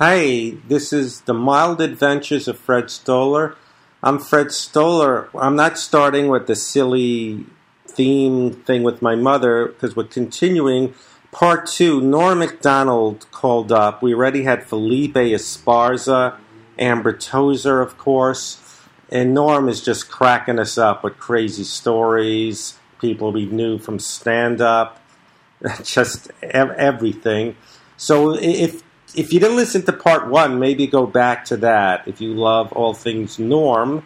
Hey, this is The Mild Adventures of Fred Stoller. I'm Fred Stoller. I'm not starting with the silly theme thing with my mother because we're continuing part two. Norm MacDonald called up. We already had Felipe Esparza, Amber Tozer, of course. And Norm is just cracking us up with crazy stories, people we knew from stand up, just ev- everything. So i- if if you didn't listen to part one, maybe go back to that. If you love all things Norm,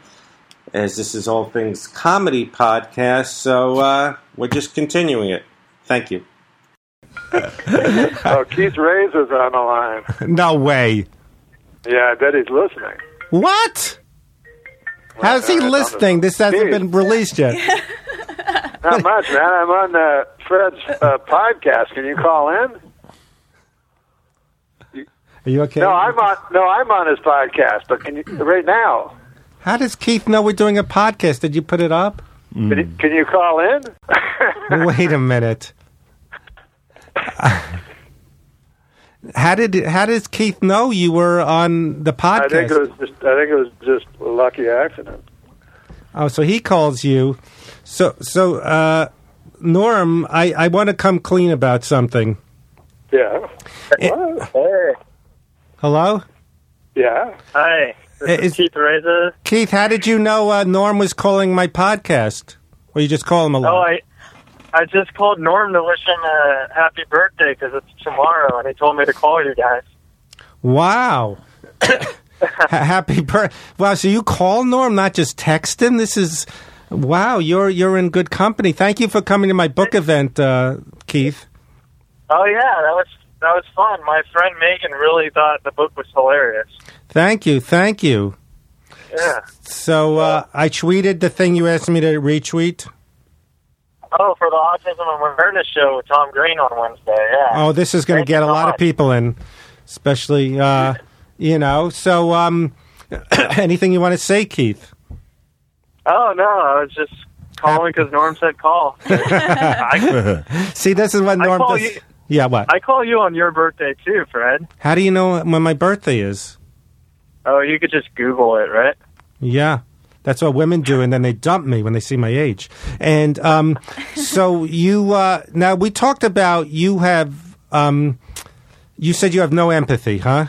as this is all things comedy podcast, so uh, we're just continuing it. Thank you. Oh, Keith Reyes is on the line. No way. Yeah, I bet he's listening. What? How's he I don't listening? know. This hasn't Dude. been released yet. Not much, man. I'm on uh, Fred's uh, podcast. Can you call in? Are you okay? No, I'm on. No, I'm on his podcast. But can you right now? How does Keith know we're doing a podcast? Did you put it up? Can you, can you call in? Wait a minute. how did how does Keith know you were on the I think it podcast? was just. I think it was just a lucky accident. Oh, so he calls you. So so uh, Norm, I, I want to come clean about something. Yeah. Hey. Hello, Yeah. Hi. This Hey, is, is- Keith Reza. Keith. How did you know uh, Norm was calling my podcast? Or you just call him a lot? Oh, I I just called Norm to wish him a happy birthday because it's tomorrow, and he told me to call you guys. Wow. Ha- Happy birthday. Wow, so you call Norm, not just text him? This is wow, you're you're in good company. Thank you for coming to my book event, uh, Keith. Oh yeah, that was that was fun. My friend Megan really thought the book was hilarious. Thank you, thank you. Yeah. So uh, I tweeted the thing you asked me to retweet. Oh, for the Autism Awareness Show with Tom Green on Wednesday. Yeah. Oh, this is going to get Thank a lot of God. people in, especially uh, you know. So um, anything you want to say, Keith? Oh no, I was just calling because Norm said call. I, See, this is what I Norm call does. you- Yeah, what? I call you on your birthday too, Fred. How do you know when my birthday is? Oh, you could just Google it, right? Yeah. That's what women do, and then they dump me when they see my age. And um, so you uh, now we talked about you have um, you said you have no empathy, huh?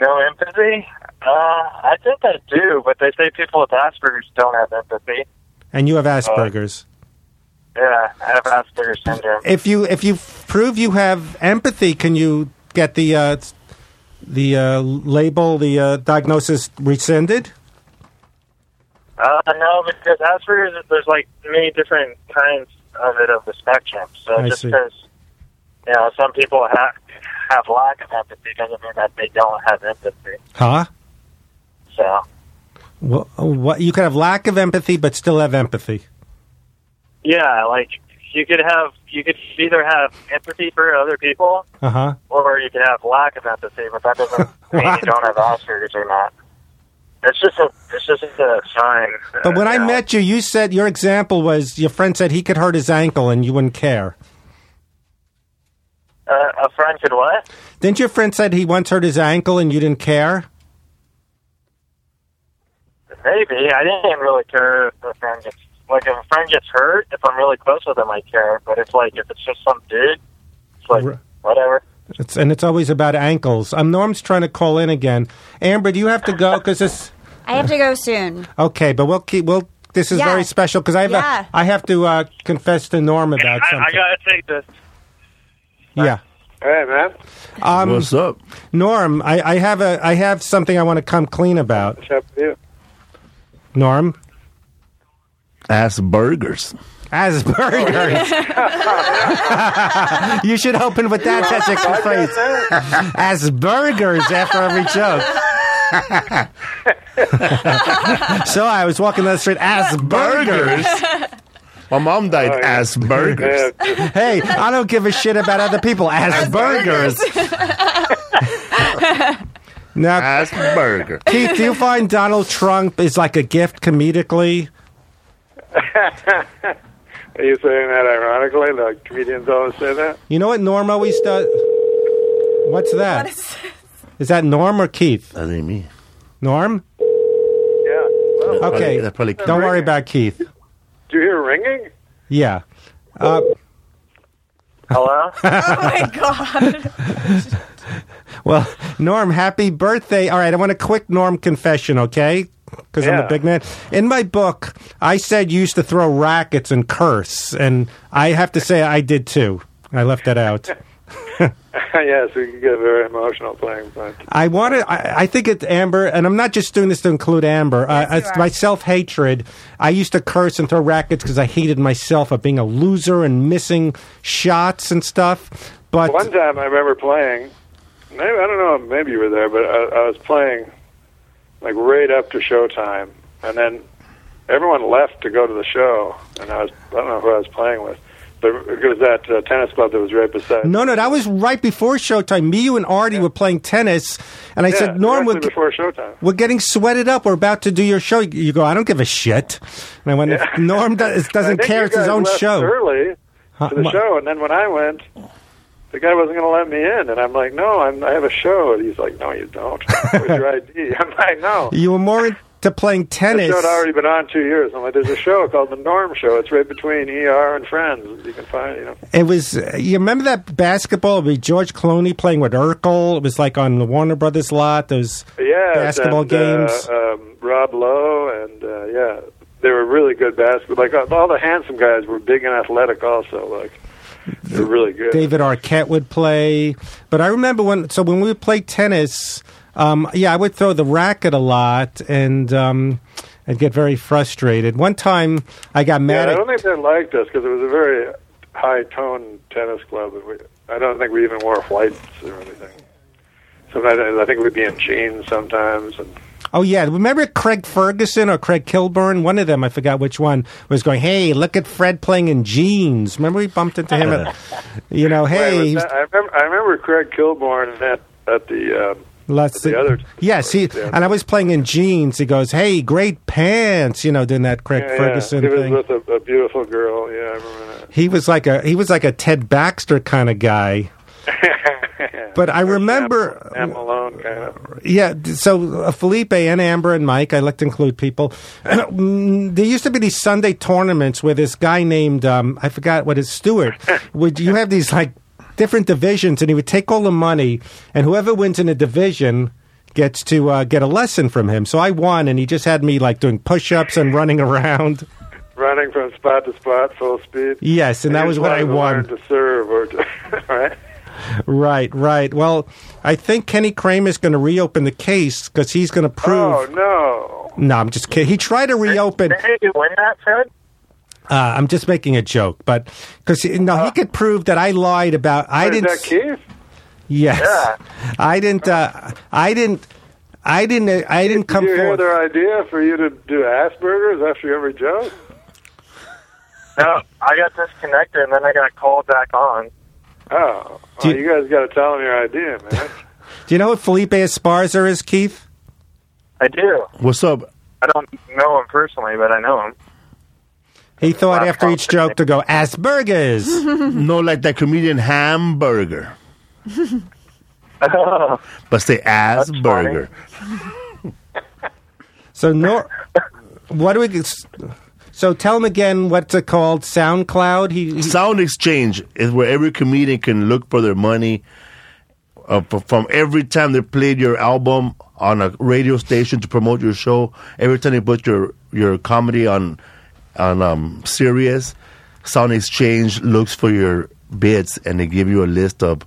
No empathy? Uh, I think I do, but they say people with Asperger's don't have empathy. And you have Asperger's. Yeah, I have Asperger's syndrome. if you if you prove you have empathy, can you get the uh, the uh, label, the uh, diagnosis rescinded? Uh, no, because Asperger's, there's like many different kinds of it of the spectrum. So I just see. because, you know, some people have, have lack of empathy doesn't mean that they don't have empathy. Huh? So, What, what you could have lack of empathy, but still have empathy. yeah, like you could have, you could either have empathy for other people Uh huh. or you can have lack of empathy, but that doesn't mean What? you don't have Asperger's or not. It's just a, it's just a sign. But when uh, I you know. met you, you said your example was your friend said he could hurt his ankle and you wouldn't care. uh, a friend could what? Didn't your friend said he once hurt his ankle and you didn't care? Maybe I didn't really care if a friend gets like if a friend gets hurt. If I'm really close with them, I care. But it's like if it's just some dude, it's like Right. whatever. It's, and it's always about ankles. Um, Norm's trying to call in again. Amber, do you have to go? Because this I have to go soon. okay, but we'll keep. We'll this is Yeah. very special because I have Yeah. a, I have to uh, confess to Norm about something. gotta take this. yeah, Hey, man. um, What's up? Norm, I, I have a I have something I want to come clean about. What's up with you? Norm, Ass burgers. Asperger's. you should open with that. That's a good phrase. Asperger's after every joke. so I was walking down the street. Asperger's. My mom died yeah. ass burgers. Yeah, just- Hey, I don't give a shit about other people. Asperger's. now, Ass burger. Keith, do you find Donald Trump is like a gift comedically? are you saying that ironically? The comedians always say that. Oh You know what Norm always does? What's that? It's Is that Norm or Keith? That ain't me. Norm? Yeah. Well, Okay. that probably- Don't worry about Keith. do you hear ringing? Yeah. Uh, Hello? Oh my god. well, Norm, happy birthday. All right, I want a quick Norm confession, okay? Because I'm Yeah. a big man. In my book, I said you used to throw rackets and curse, and I have to say I did too. I left that out. yes, we can get very emotional playing punch. I want to. I, I think it's Amber, and I'm not just doing this to include Amber. uh, you it's are. my self hatred. I used to curse and throw rackets because I hated myself of being a loser and missing shots and stuff. But One time I remember playing, maybe, I don't know, maybe you were there, but I, I was playing like right up to showtime, and then everyone left to go to the show, and I was, I don't know who I was playing with, but it was that uh, tennis club that was right beside no, no, that was right before showtime. Me, you, and Artie were playing tennis, and I yeah, said, "Norm, directly we're, ge- before showtime. we're getting sweated up. We're about to do your show." You go, "I don't give a shit." And I went, Yeah. "If "Norm does, I doesn't think care. you It's his guys own left show." Early Huh, to the wha- show, and then when I went, the guy wasn't going to let me in, and I'm like, "No, I'm, I have a show," and he's like, "No, you don't. Where's your ID?" I'm like, "No." You were more into playing The tennis. show had already been on two years. I'm like, "There's a show called The Norm Show. It's right between ER and Friends. You can find, you know." It was. You remember that basketball? It was George Clooney playing with Urkel. It was like on the Warner Brothers lot. Those Yeah, basketball and, games. Uh, um, Rob Lowe, and uh, yeah, they were really good basketball. Like uh, all all the handsome guys were big and athletic, also. Like they were really good. David Arquette would play. But I remember when. So when we would play tennis, um, yeah, I would throw the racket a lot and um, and get very frustrated. One time, I got Yeah, mad. I at, don't think they liked us because it was a very high tone tennis club. And we, I don't think we even wore whites or anything. Sometimes I think we'd be in jeans sometimes. And Oh yeah, remember Craig Ferguson or Craig Kilburn? One of them, I forgot which one, was going. Hey, look at Fred playing in jeans. Remember we bumped into him at, you know, Wait, Oh, hey, was that- I remember, I remember Craig Kilborn at at the. Um, Let's The other- Yes, he Yeah. and I was playing in jeans. He goes, "Hey, great pants," you know, doing that Craig yeah, Ferguson yeah, he was thing. with a, a beautiful girl. Yeah, I remember that. he was like a he was like a Ted Baxter kind of guy. But I remember, uh, Sam Malone kind of. yeah. th- So uh, Felipe and Amber and Mike, I like to include people. Mm, there used to be these Sunday tournaments where this guy named um, I forgot what is Stewart. would you have these like different divisions, and he would take all the money, and whoever wins in a division gets to uh, get a lesson from him. So I won, and he just had me like doing push-ups and running around. Running from spot to spot, full speed. Yes, and that He was what I trying to won. learn To serve or to, right? Right, right. Well, I think Kenny Kramer is going to reopen the case because he's going to prove. Oh no! No, I'm just kidding. He tried to reopen. Did you win that, Fred? Uh, I'm just making a joke, but because no, he could prove that I lied about. I Uh, Is didn't. that Keith? Yes, Yeah. I didn't. Uh, I didn't. I didn't. I didn't come Did you hear forward. their idea for you to do Asperger's after every joke? No, I got disconnected and then I got called back on. Oh, Do well, you- you guys got to tell them your idea, man. Do you know what Felipe Esparza is, Keith? I do. What's up? I don't know him personally, but I know him. He thought after each joke to go Asperger's. No, like that comedian hamburger, but say ass That's burger. so no. What do we? So tell him again. What's it called? SoundCloud. He, he Sound exchange is where every comedian can look for their money uh, f- from every time they played your album on a radio station to promote your show. Every time they put your your comedy on on um, Sirius, Sound Exchange looks for your bits and they give you a list of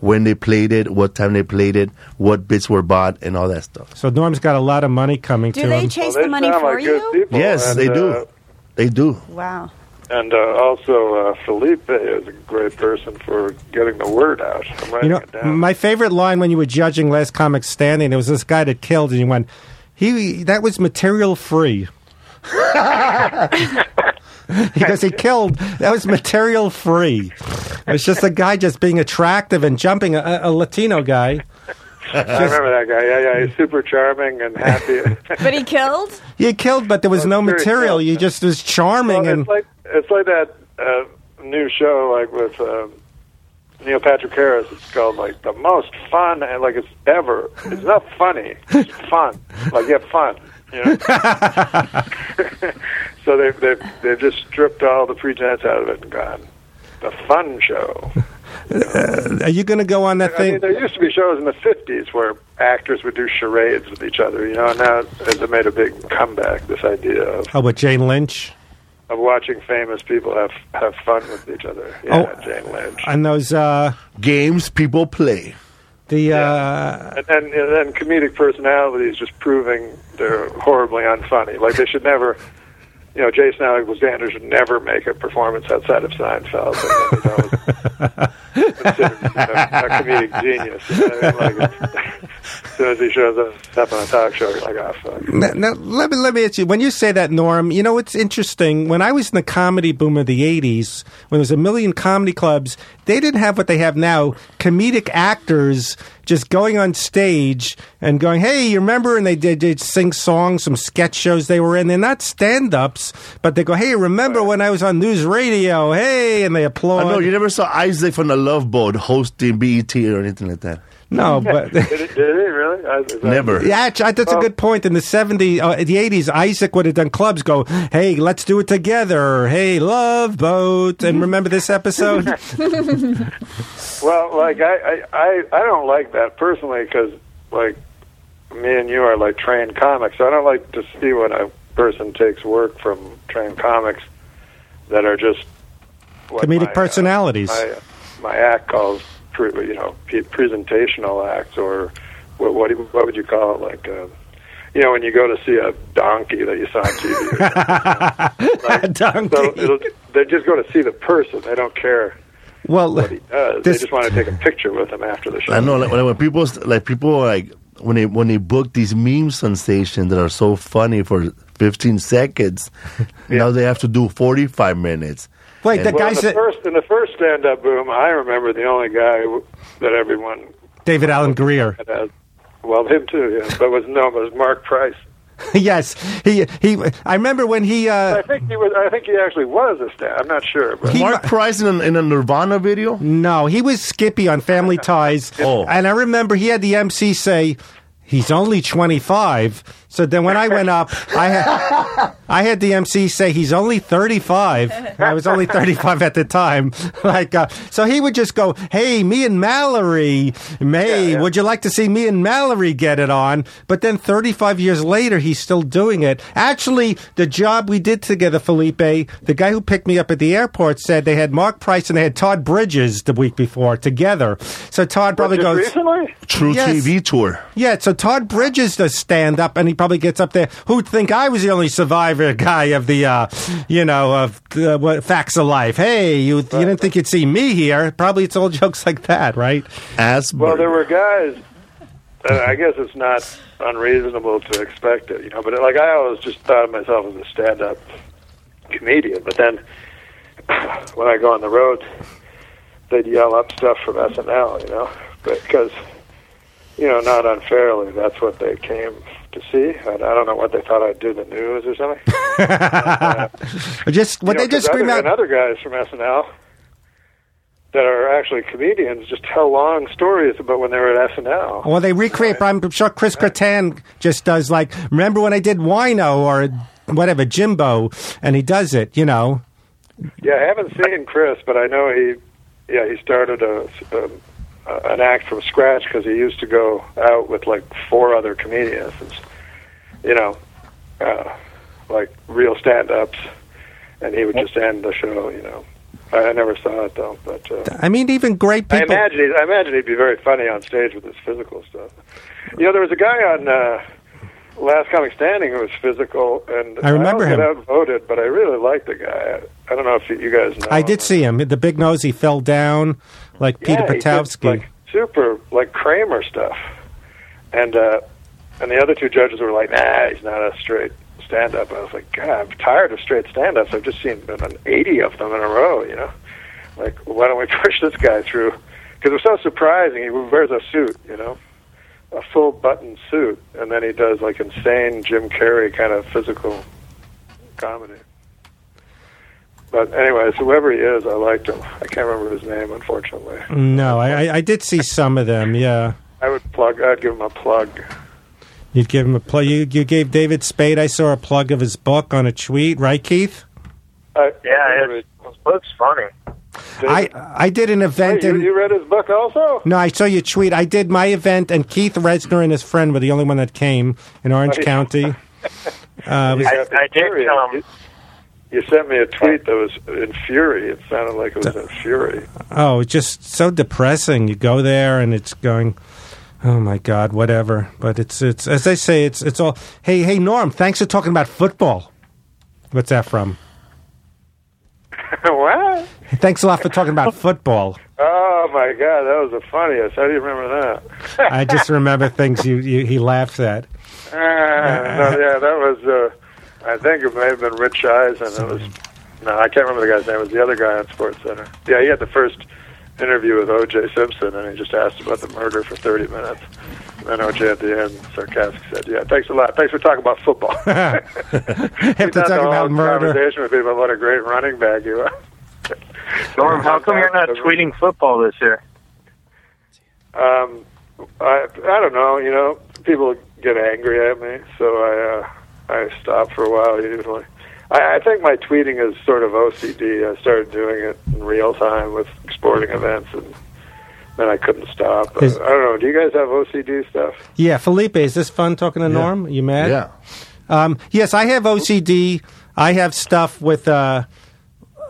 when they played it, what time they played it, what bits were bought, and all that stuff. So Norm's got a lot of money coming to Do they him. Well, chase they the money sound for like good you? people, yes, and, they uh, do. They do. Wow. And uh, also, uh, Felipe is a great person for getting the word out. I'm you writing know, it down. my favorite line when you were judging Last Comic Standing, there was this guy that killed, and you went, "He that was material free." because he killed, that was material free. It's just a guy just being attractive and jumping a, a Latino guy. I remember that guy. Yeah, yeah, he's super charming and happy. But he killed? You killed, but there was no sure he material. killed. You just was Well, charming it's and like it's like that uh, new show, like with um, Neil Patrick Harris. It's called like the most fun and like it's ever. It's not funny. It's fun. Like you have fun. You know. so they've they've they've just stripped all the pretense out of it and gone. The fun show. Are you going to go on that I thing? mean, there used to be shows in the '50s where actors would do charades with each other, you know. And now it's made a big comeback. This idea of, Oh, with Jane Lynch of watching famous people have have fun with each other. Yeah, Jane Lynch. and those uh, Games people play. the uh, and then and then comedic personalities just proving they're horribly unfunny. Like they should never, you know, Jason Alexander should never make a performance outside of Seinfeld. I mean, that was considered, you know, a comedic genius. I mean, like, as soon as he shows up- up on a talk show, you're like, oh fuck. Now, now, let me let me ask you. When you say that, Norm, you know it's interesting. When I was in the comedy boom of the '80s, when there was a million comedy clubs, they didn't have what they have now. Comedic actors just going on stage and going, "Hey, you remember?" And they did they'd sing songs, some sketch shows they were in. They're not stand-ups, but they go, "Hey, remember when I was on news radio?" Hey, and they applaud. I know you never saw Isaac from the Love Boat hosting BET or anything like that. no, but. Did, it, did he really? I, is that- Never. Yeah, actually, that's Um, a good point. In the 70s, uh, the 80s, Isaac would have done clubs go, hey, let's do it together. Hey, love boat. Mm-hmm. And remember this episode? Well, like I, I, I, I don't like that personally because like me and you are like trained comics. I don't like to see when a person takes work from trained comics that are just what Comedic my, uh, personalities. my, my act calls, pre, you know, pre- presentational acts, or what, what, do you- what would you call it? Like, uh, you know, when you go to see a donkey that you saw on TV. or Donkey. something. so it'll, they just go to see the person. They don't care well, what he does. they This- just want to take a picture with him after the show. I know, like when, when people like people like when they when they book these meme sensations that are so funny for 15 seconds, now they have to do 45 minutes. wait, the Well, guy in the said first in the first stand-up boom, I remember the only guy w- that everyone David Allen Greer. had, had- well, him too, yeah, but was known as Mark Price. yes. He, he, I remember when he, uh, I think he was. I think he actually was a stand. I'm not sure, but He- Mark Price in a, in a Nirvana video. no, he was Skippy on Family Ties. Oh. And I remember he had the MC say, He's only 25. So then when I went up, I had, I had the MC say he's only 35. And I was only 35 at the time. Like, uh, so he would just go, Hey, me and Mallory, May, Yeah, yeah. would you like to see me and Mallory get it on? But then 35 years later, he's still doing it. Actually, the job we did together, Felipe, the guy who picked me up at the airport said they had Mark Price and they had Todd Bridges the week before together. So Todd probably Just goes, recently. True Yes. TV tour. yeah, so Todd Bridges does stand up, and he probably gets up there. Who'd think I was the only survivor guy of the, uh, you know, of uh, what, facts of life? Hey, you, you didn't think you'd see me here. Probably it's all jokes like that, right? Asperger. Well, there were guys. Uh, I guess it's not unreasonable to expect it, you know. But like I always just thought of myself as a stand-up comedian, but then when I go on the road, they'd yell up stuff from SNL, you know, because you know, not unfairly, that's what they came to see. And I don't know what they thought I'd do the news or something. Or just what You know, they just 'cause scream other, out. and other guys from SNL that are actually comedians just tell long stories about when they were at SNL. Well, they recreate. but I'm sure Chris Kattan just does like. Remember when I did Wino or whatever Jimbo, and he does it. You know, Yeah, I haven't seen Chris, but I know he, yeah, he started a, a an act from scratch because he used to go out with like four other comedians, and, you know, uh, like real stand-ups, and he would just end the show. You know, I, I never saw it though, but uh, I mean, even great I people. imagine he'd, I imagine he'd be very funny on stage with his physical stuff. You know, there was a guy on uh, Last Comic Standing who was physical, and I remember always him. Got outvoted, but I really liked the guy. I, I don't know if you guys know. I him. did see him. The big nose. He fell down like Peter Yeah, he did, Patowski. like super like Kramer stuff, and uh, and the other two judges were like, "Nah, he's not a straight stand-up." I was like, "God, I'm tired of straight stand-ups. I've just seen an 80 of them in a row." You know, like why don't we push this guy through? Because it was so surprising. He wears a suit, you know, a full button suit, and then he does like insane Jim Carrey kind of physical comedy. But anyways, whoever he is, I liked him. I can't remember his name, unfortunately. No, I, I, I did see some of them. Yeah, I would plug. I'd give him a plug. you'd give him a plug. You you gave David Spade. I saw a plug of his book on a tweet, right, Keith? I, Yeah, his, his book's funny. I I did an event Hey, you, in. you read his book also? No, I saw your tweet. I did my event, and Keith Reznor and his friend were the only one that came in Orange Right. County. Uh, it was- I, I did come. You, you sent me a tweet that was in fury. It sounded like it was in fury. oh, it's just so depressing. You go there, and it's going. Oh my God, whatever. But it's it's as I say, it's it's all. Hey hey Norm, thanks for talking about football. What's that from? what? Thanks a lot for talking about football. Oh my god, that was the funniest. How do you remember that? I just remember things you, you he laughs at. Ah, no, yeah, that was. Uh, I think it may have been Rich Eisen. It was. No, I can't remember the guy's name. It was the other guy on Sports Center. Yeah, he had the first interview with O.J. Simpson, and he just asked about the murder for 30 minutes. And then O.J. at the end sarcastic said, "Yeah, thanks a lot. Thanks for talking about football." After Not the talking whole about murder, Conversation with people about what a great running back you are. Norm, how come you're not tweeting football this year? Um, I I don't know. You know, people get angry at me, so I uh, I stop for a while usually. I, I think my tweeting is sort of OCD. I started doing it in real time with sporting events, and then I couldn't stop. Is- I don't know. Do you guys have OCD stuff? yeah, Felipe, is this fun talking to Norm? You mad? Yeah. Um, yes, I have OCD. I have stuff with, uh,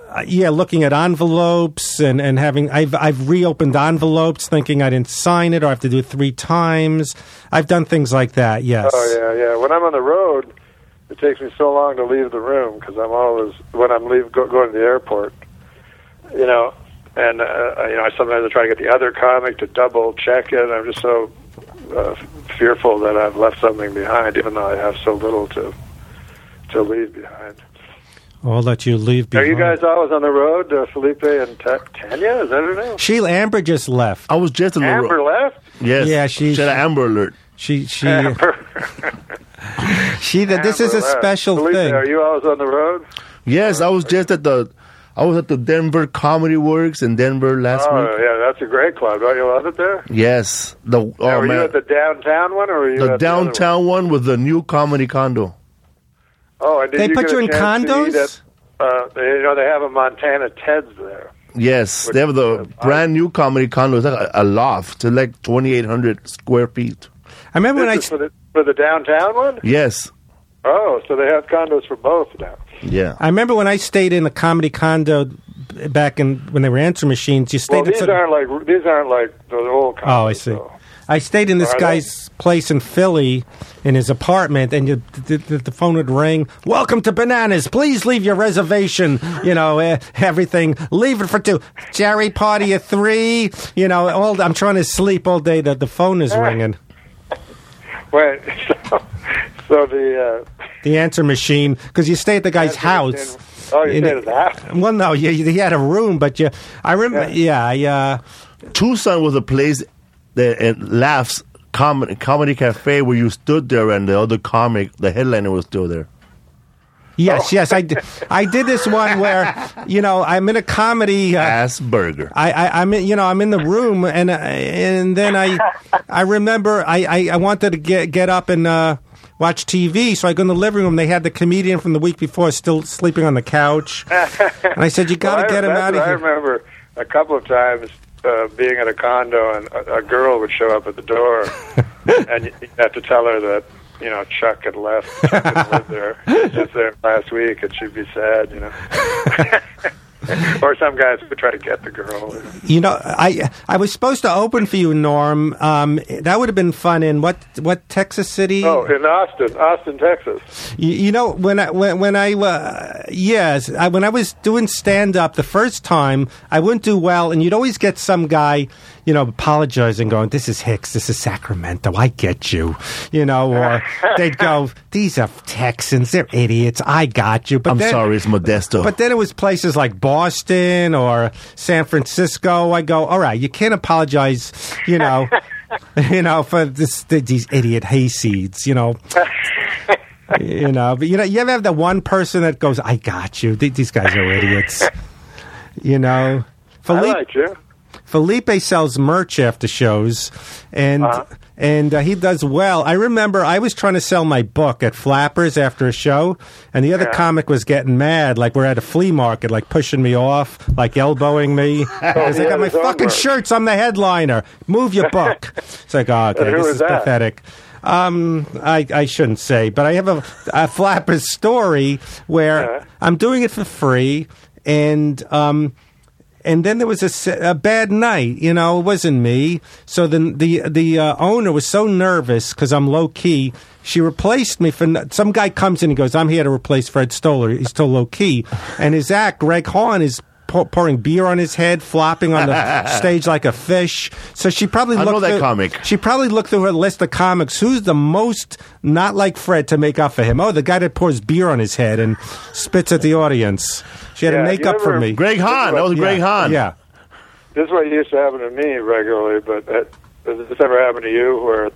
uh, yeah, looking at envelopes and, and having. I've I've reopened envelopes thinking I didn't sign it or I have to do it three times. I've done things like that. Yes. Oh yeah, yeah. When I'm on the road, it takes me so long to leave the room because I'm always when I'm leave go, going to the airport, you know, and uh, you know I sometimes I try to get the other comic to double check it. I'm just so uh, fearful that I've left something behind, even though I have so little to to leave behind. Oh, I'll let you leave. Are Behind. you guys always on the road, uh, Felipe and Ta- Tanya? Is that her name? Sheila Amber just left. I was just in the ro- Amber left. Yes. Yeah, she- Shout out Amber Alert. She she Amber. she. That this is a Amber left. special Felipe, thing. Are you always on the road? Yes, I was just at the, I was at the Denver Comedy Works in Denver last Oh week. yeah, that's a great club. Don't you love it there? Yes, the oh Now, were man, you at the downtown one, or were you the at the other one? downtown one with the new comedy condo. Oh, and did They you put get you a in chance to eat condos? At, uh, they- you know, they have a Montana Ted's there. Yes, they have uh, the brand new comedy condo. It's like a, a loft. It's like twenty eight hundred square feet. I remember This when I is for the for the downtown one. Yes. Oh, so they have condos for both now. Yeah. I remember when I stayed in a comedy condo b- back in when they were answer machines. You stayed Well, in these some- aren't like these aren't like the old condos. Oh, I see. though. I stayed in this Are they? guy's place in Philly, in his apartment, and you, the, the, the phone would ring. Welcome to Bananas. Please leave your reservation. You know eh, everything. Leave it for two. Jerry party at three. You know, all. I'm trying to sleep all day. The the phone Ah. is ringing. Wait, so, so the uh, The answer machine because you stay at the guy's house. Oh, you In- said it's a house. Well, no, you, you- he had a room, but you. I uh, remember. Yeah, yeah. Tucson was a place that it laughs comedy comedy cafe where you stood there and the other comic, the headliner was still there. Oh. Yes, yes, I did. I did this one where you know I'm in a comedy. Uh, Asperger. I, I I'm in, you know I'm in the room and I, and then I I remember I, I, I wanted to get get up and uh, watch TV so I go in the living room they had the comedian from the week before still sleeping on the couch and I said you got to Well, I- get him that's out what I of here remember a couple of times uh, being at a condo and a, a girl would show up at the door, and you you'd have to tell her that you know Chuck had left, Chuck had lived there, He was just there last week, and she'd be sad, you know. or some guys would try to get the girl. you know I I was supposed to open for you Norm um, that would have been fun in what what Texas City Oh, in Austin, Austin, Texas. You, you know, when I when, when I uh, yes, I, when I was doing stand up the first time, I wouldn't do well, and you'd always get some guy, you know, apologizing, going, "This is Hicks, this is Sacramento, I get you," you know, or they'd go, "These are Texans, they're idiots, I got you." But I'm then, sorry, it's Modesto. But then it was places like Boston or San Francisco. I go, all right, you can't apologize, you know, you know, for this these idiot hayseeds, you know. you know, but you know, you ever have that one person that goes, "I got you." Th- These guys are idiots. you I know, Felipe like you. Felipe sells merch after shows, and Uh-huh. and uh, he does well. I remember I was trying to sell my book at Flappers after a show, and the other comic was getting mad, like we're at a flea market, like pushing me off, like elbowing me. Because he I had got my his own fucking merch. shirts. I'm the headliner. Move your book. it's like, oh, okay, And who this was is that? pathetic. Um, I, I shouldn't say, but I have a, a Flappers story where Yeah. I'm doing it for free, and um, and then there was a, se- a bad night. You know, it wasn't me. So then the the uh, owner was so nervous because I'm low key. She replaced me for no- some guy comes in. He goes, "I'm here to replace Fred Stoller. He's still low key." And his act, Greg Hahn, is pour, pouring beer on his head, flopping on the stage like a fish. So she probably I know looked that through- comic. She probably looked through her list of comics. Who's the most not like Fred to make up for him? Oh, the guy that pours beer on his head and spits at the audience. She had Yeah, to you make up for ever- me. Greg Hahn. That was Yeah, Greg Hahn. Yeah. This is what used to happen to me regularly, but that, does this ever happen to you where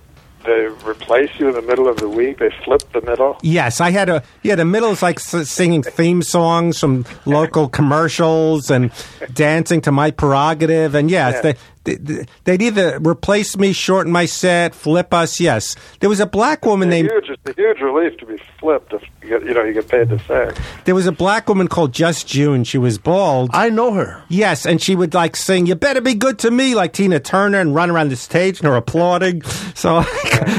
they replace you in the middle of the week? They flip the middle? Yes, I had a yeah. The middle is like s- singing theme songs from local commercials and dancing to my prerogative. And yes, They, they they'd either replace me, shorten my set, flip us. Yes, there was a black woman named Huge, it's a huge relief to be flipped if you, get, you know you get paid the same. there was a black woman called Just June. She was bald. I know her. Yes, and she would like sing, "You better be good to me," like Tina Turner, and run around the stage, and her applauding. So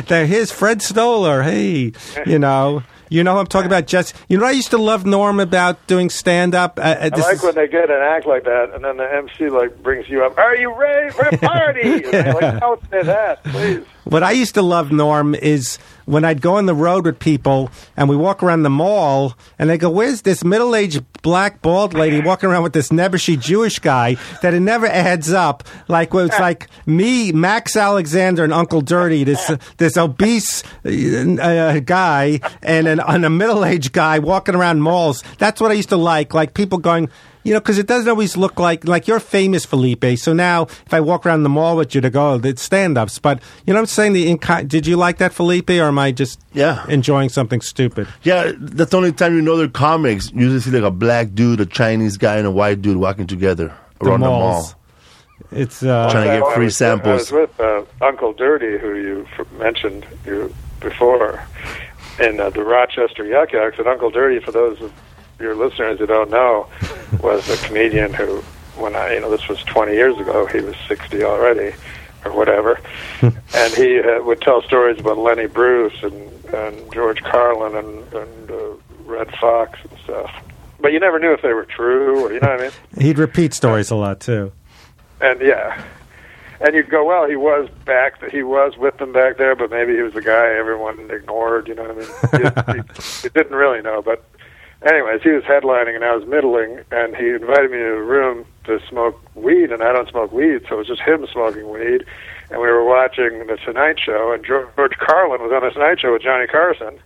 there, here's Fred Stoller. Hey, you know, you know, who I'm talking about just. You know, what I used to love Norm about doing stand up. Uh, uh, I this like is- when they get an act like that, and then the MC like brings you up. Are you ready for a party? And they're like, don't say that, please. What I used to love, Norm, is when I'd go on the road with people and we walk around the mall and they go, Where's this middle aged black bald lady walking around with this nebbishy Jewish guy that it never adds up? Like, well, it's like me, Max Alexander, and Uncle Dirty, this, this obese uh, uh, guy, and, an, and a middle aged guy walking around malls. That's what I used to like. Like, people going, you know, because it doesn't always look like like you're famous, Felipe. So now, if I walk around the mall with you, to go, oh, it's stand-ups. But you know, what I'm saying the inco- did you like that, Felipe, or am I just Yeah. enjoying something stupid? Yeah, that's the only time you know they're comics. You usually see like a black dude, a Chinese guy, and a white dude walking together around the mall. malls. It's uh, Trying to get I was free with- I samples. was with uh, Uncle Dirty, who you f- mentioned you before, in uh, the Rochester Yuck Yucks. And Uncle Dirty, for those of your listeners who don't know, was a comedian who, when I, you know, this was 20 years ago, he was 60 already, or whatever. and he uh, would tell stories about Lenny Bruce and, and George Carlin and, and uh, Red Fox and stuff. But you never knew if they were true, or you know what I mean? he'd repeat stories a lot too. and yeah, and you'd go, well, he was back, he was with them back there, but maybe he was the guy everyone ignored. You know what I mean? You- you, you didn't really know, but anyways, he was headlining and I was middling, and he invited me to a room to smoke weed, and I don't smoke weed, so it was just him smoking weed, and we were watching the Tonight Show, and George Carlin was on the Tonight Show with Johnny Carson.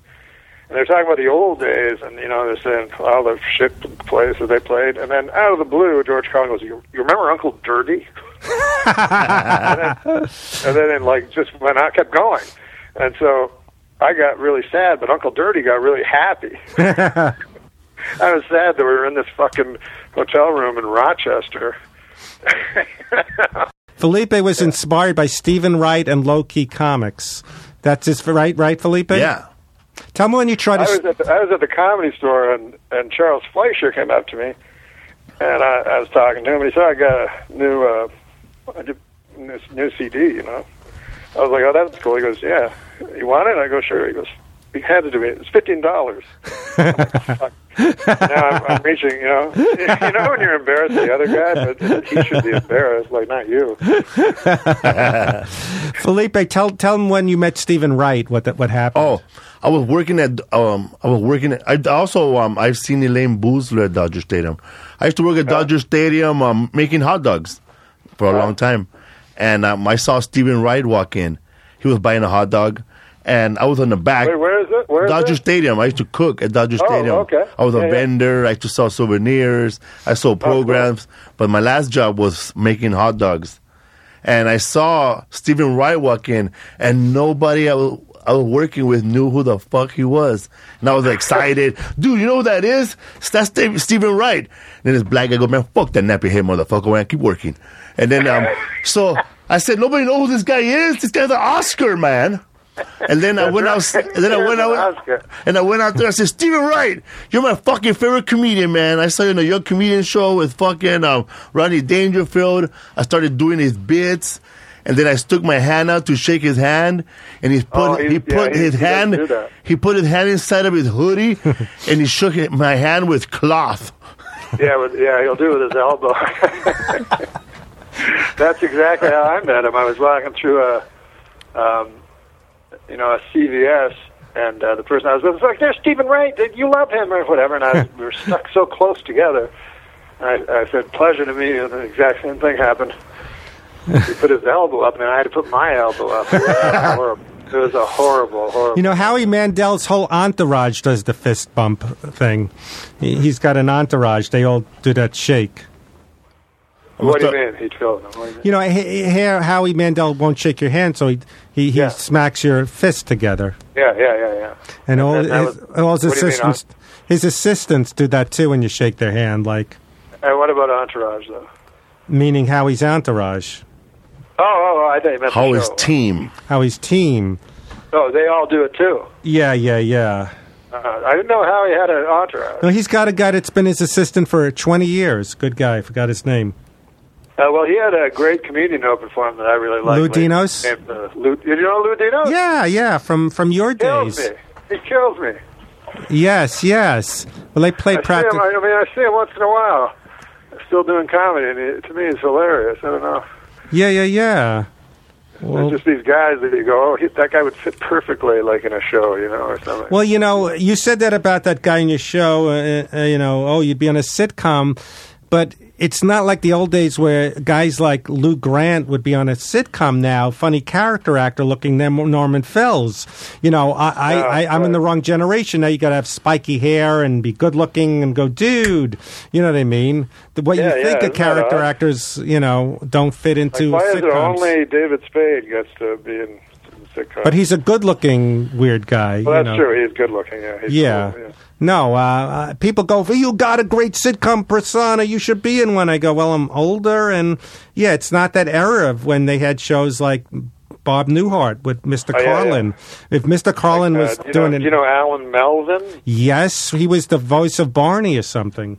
And they're talking about the old days, and you know they're saying all the shit places they played. And then out of the blue, George Carlin goes, "You, you remember Uncle Dirty?" and then it like just went out, kept going, and so I got really sad, but Uncle Dirty got really happy. I was sad that we were in this fucking hotel room in Rochester. Felipe was inspired by Stephen Wright and Low Key Comics. That's his right, right, Felipe. Yeah. Tell me when you try to. I was at the, I was at the comedy store, and and Charles Fleischer came up to me, and I, I was talking to him, and he said, "I got a new uh, I did this new CD, you know." I was like, "Oh, that's cool." He goes, "Yeah, you want it?" I go, "Sure." He goes, "He handed it to me. It's fifteen dollars." now I'm, I'm reaching, you know, you know when you're embarrassed the other guy, but he should be embarrassed, like not you. Felipe, tell tell him when you met Stephen Wright. What that what happened? Oh, I was working at um, I was working. At, I also um, I've seen Elaine Boozler at Dodger Stadium. I used to work at Dodger Stadium um, making hot dogs for a long time, and um, I saw Stephen Wright walk in. He was buying a hot dog, and I was on the back. Wait, where is it? Where is Dodger it? Stadium. I used to cook at Dodger Oh, Stadium. okay. I was a Yeah, yeah. vendor. I used to sell souvenirs. I sold cool. programs. But my last job was making hot dogs. And I saw Stephen Wright walk in, and nobody I, w- I was working with knew who the fuck he was, and I was excited, dude. You know who that is? It's That's Steve, Stephen Wright. then this black guy go, man, fuck that nappy head motherfucker, man, keep working. And then um, so I said, nobody knows who this guy is. This guy's an Oscar, man. And then I went out. And then I went out. Oscar. And I went out there. I said, Stephen Wright, you're my fucking favorite comedian, man. I saw you in a young comedian show with fucking um, Ronnie Dangerfield. I started doing his bits. And then I stuck my hand out to shake his hand, and he put Oh, he, he- put yeah, he- his he does hand do that. he put his hand inside of his hoodie, and he shook it- my hand with cloth. Yeah, with, yeah, he'll do with his elbow. That's exactly how I met him. I was walking through a, um, you know, a CVS, and uh, the person I was with was like, "There's Stephen Wright. Did you love him or whatever?" And I was, we were stuck so close together. And I, I said, "Pleasure to meet you." And the exact same thing happened. He put his elbow up, and I had to put my elbow up. It was horrible. It was a horrible, horrible. You know, Howie Mandel's whole entourage does the fist bump thing. He- He's got an entourage. They all do that shake. what do you What's mean? He killed him. What do you mean? You know, he- he- here Howie Mandel won't shake your hand, so he he, he Yeah. smacks your fist together, Yeah, yeah, yeah, yeah. and all that- that his, was- all his what do you mean, assistants his assistants do that too when you shake their hand, like And what about Entourage though? meaning Howie's entourage, Oh, oh, oh I think you meant the How his show. team? Howie's team. Oh, they all do it too. Yeah, yeah, yeah. Uh, I didn't know how he had an entourage. No, he's got a guy that's been his assistant for 20 years. Good guy. I forgot his name. Uh, well, he had a great comedian open for him that I really liked. Lou Dinos? Named, uh, Lou, did you know Lou Dinos? Yeah, yeah, from from your He kills days. me. He kills me. Yes, yes. Well, they play I see him. practice. I, I mean, I see him once in a while. Still doing comedy, and it, to me, it's hilarious. I don't know. Yeah, yeah, yeah. Well, It's just these guys that you go, oh, he, that guy would fit perfectly, like in a show, you know, or something. well, you know, you said that about that guy in your show. Uh, uh, you know, oh, you'd be on a sitcom, but it's not like the old days where guys like Lou Grant would be on a sitcom now. Funny character actor looking them Norman Fells. You know, I, I, Yeah, I I'm in right. the wrong generation now. You got to have spiky hair and be good looking and go, dude. You know what I mean? The, what Yeah, you yeah, think the isn't that character odd? actors, you know, don't fit like, into why is it sitcoms. only David Spade gets to be in sitcoms? But he's a good-looking weird guy. well, you that's know. true. He's good looking. Yeah. He's Yeah. cool, yeah. No, uh, uh, people go, "Well, you got a great sitcom persona. You should be in one. I go, well, I'm older. And yeah, it's not that era of when they had shows like Bob Newhart with Mr. Oh, yeah, yeah. Carlin. If Mr. Carlin was Uh, you doing know, it, you know Alan Melvin? yes, he was the voice of Barney or something.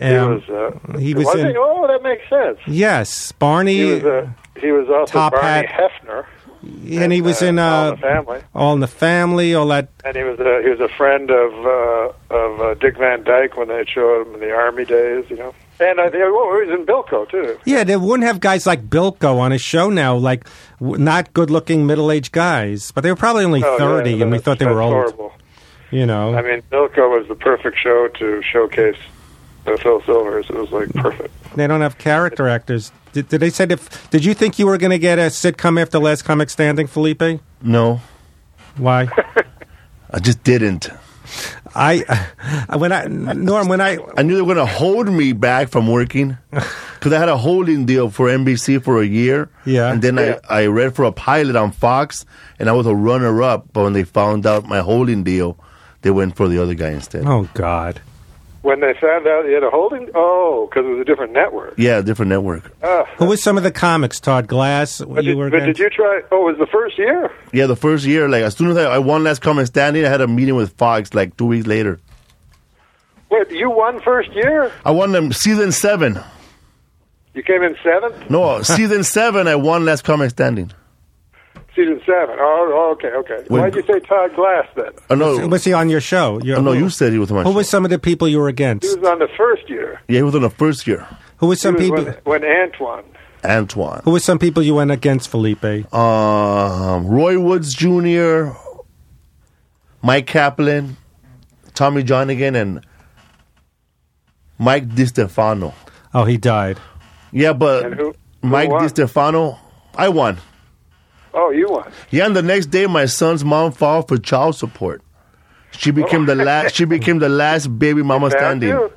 He Um, was. Uh, he was wasn't in- he? Oh, that makes sense. yes, He Barney, was. Uh, he was also Top Barney Hat. Hefner, and he was in All in uh, the Family, All in the Family, all that. and he was a, he was a friend of uh, of uh, Dick Van Dyke when they showed him in the Army days, you know. And I think oh, he was in Bilko too. Yeah, they wouldn't have guys like Bilko on a show now, like w- not good-looking middle-aged guys, but they were probably only Oh, yeah, thirty, and we that's- thought they were that's old. Horrible. You know, I mean, Bilko was the perfect show to showcase uh, Phil Silvers. It was like perfect. they don't have character actors. Did, did they said if? Did you think you were going to get a sitcom after Last Comic Standing, Felipe? No, Why? I just didn't. I when I Norm when I I knew they were going to hold me back from working because I had a holding deal for NBC for a year. Yeah. And then Yeah. I, I read for a pilot on Fox and I was a runner up. But when they found out my holding deal, they went for the other guy instead. oh god When they found out he had a holding, oh, because it was a different network. Yeah, different network. who was some of the comics Todd Glass But, you did, were but gonna- did you try? Oh, it was the first year. Yeah, the first year, like as soon as I, I won Last Comic Standing, I had a meeting with Fox like two weeks later. Wait, you won first year? I won them season seven. You came in seventh? No, season seven, I won Last Comic Standing. Season seven. Oh, oh, okay, okay. When- Why'd you say Todd Glass then? Oh, no, was he on your show? Your, oh, no, you said he was on my who show. was some of the people you were He against? was on the first year. Yeah, he was on the first year. Who was He some was people? when, when Antoine. Antoine. Who was some people you went against, Felipe? um, Roy Woods Jr., Mike Kaplan, Tommy Johnigan, and Mike DiStefano. Oh, he died. Yeah, but And who- who Mike won? DiStefano, I won. Oh, you won. Yeah, and the next day, my son's mom filed for child support. She became the last. She became the last baby mama Oh. Found standing. you?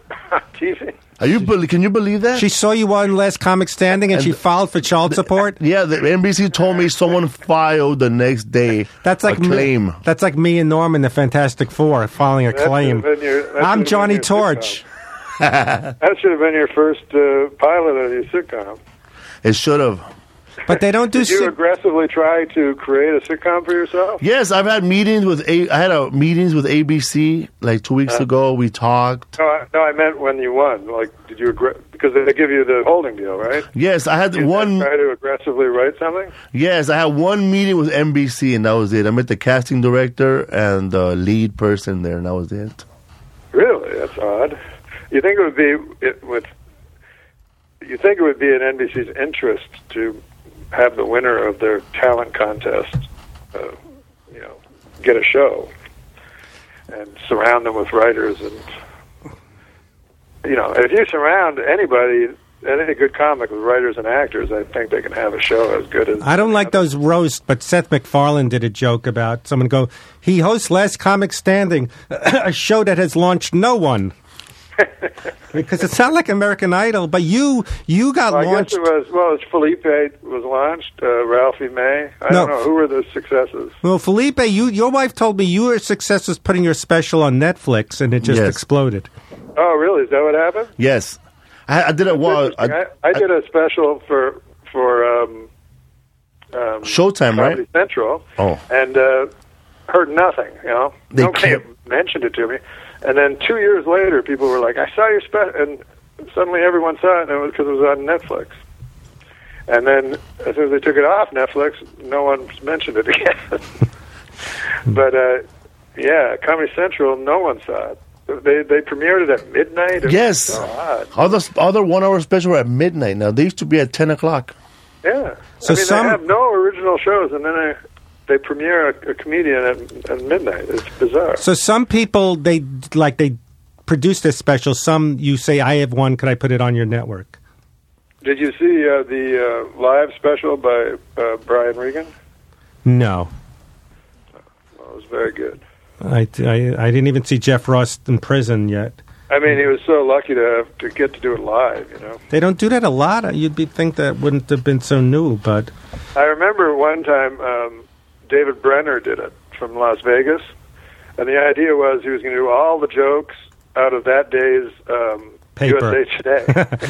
TV. Are you? bel Can you believe that? She saw you on Last Comic Standing, and, she filed for child support. yeah, the NBC told me someone filed the next day. That's like a claim. Me, that's like me and Norman, the Fantastic Four, filing a That should've claim. been your- that should've I'm been Johnny your Torch. sitcom. That should have been your first uh, pilot of your sitcom. It should have. But they don't do. Did you si- aggressively try to create a sitcom for yourself? Yes, I've had meetings with a. I had a meetings with ABC like two Uh-huh. weeks ago. We talked. No, I, no, I meant when you won. Like, did you aggr- because they give you the holding deal, right? Yes, I had Did you one. try to aggressively write something. Yes, I had one meeting with NBC, and that was it. I met the casting director and the lead person there, and that was it. Really, that's odd. You think it would be it would. You think it would be in NBC's interest to have the winner of their talent contest, uh, you know, get a show, and surround them with writers and you know, if you surround anybody, any good comic with writers and actors, I think they can have a show as good as. I don't like those roasts, but Seth MacFarlane did a joke about someone go. He hosts Last Comic Standing, a show that has launched no one. because it's not like American Idol, but you you got Well, I launched. guess it was well. It's Felipe was launched. Uh, Ralphie May. I No. don't know who were the successes. Well, Felipe, you your wife told me your success was putting your special on Netflix, and it just Yes. exploded. Oh, really? Is that what happened? Yes, I, I did it while Interesting. I, I did a special for for um, um, Showtime, Comedy right? Central. Oh. and uh, heard nothing. You know, They nobody can't- mentioned it to me. And then two years later, people were like, "I saw your special," and suddenly everyone saw it, and it was because it was on Netflix. And then as soon as they took it off Netflix, no one mentioned it again. but uh, yeah, Comedy Central, no one saw it. They they premiered it at midnight. It was Yes. so odd. Other other one hour special were at midnight. Now they used to be at ten o'clock. Yeah. So I mean, some- they have no original shows, and then I, they premiere a, a comedian at, at midnight. It's bizarre. So some people they like they produce this special. Some you say I have one. Could I put it on your network? Did you see uh, the uh, live special by uh, Brian Regan? No, Well, it was very good. I, I I didn't even see Jeff Ross in prison yet. I mean, he was so lucky to have, to get to do it live. You know, They don't do that a lot. You'd be think that wouldn't have been so new, but I remember one time um, David Brenner did it from Las Vegas, and the idea was he was going to do all the jokes out of that day's um, Paper. USA Today.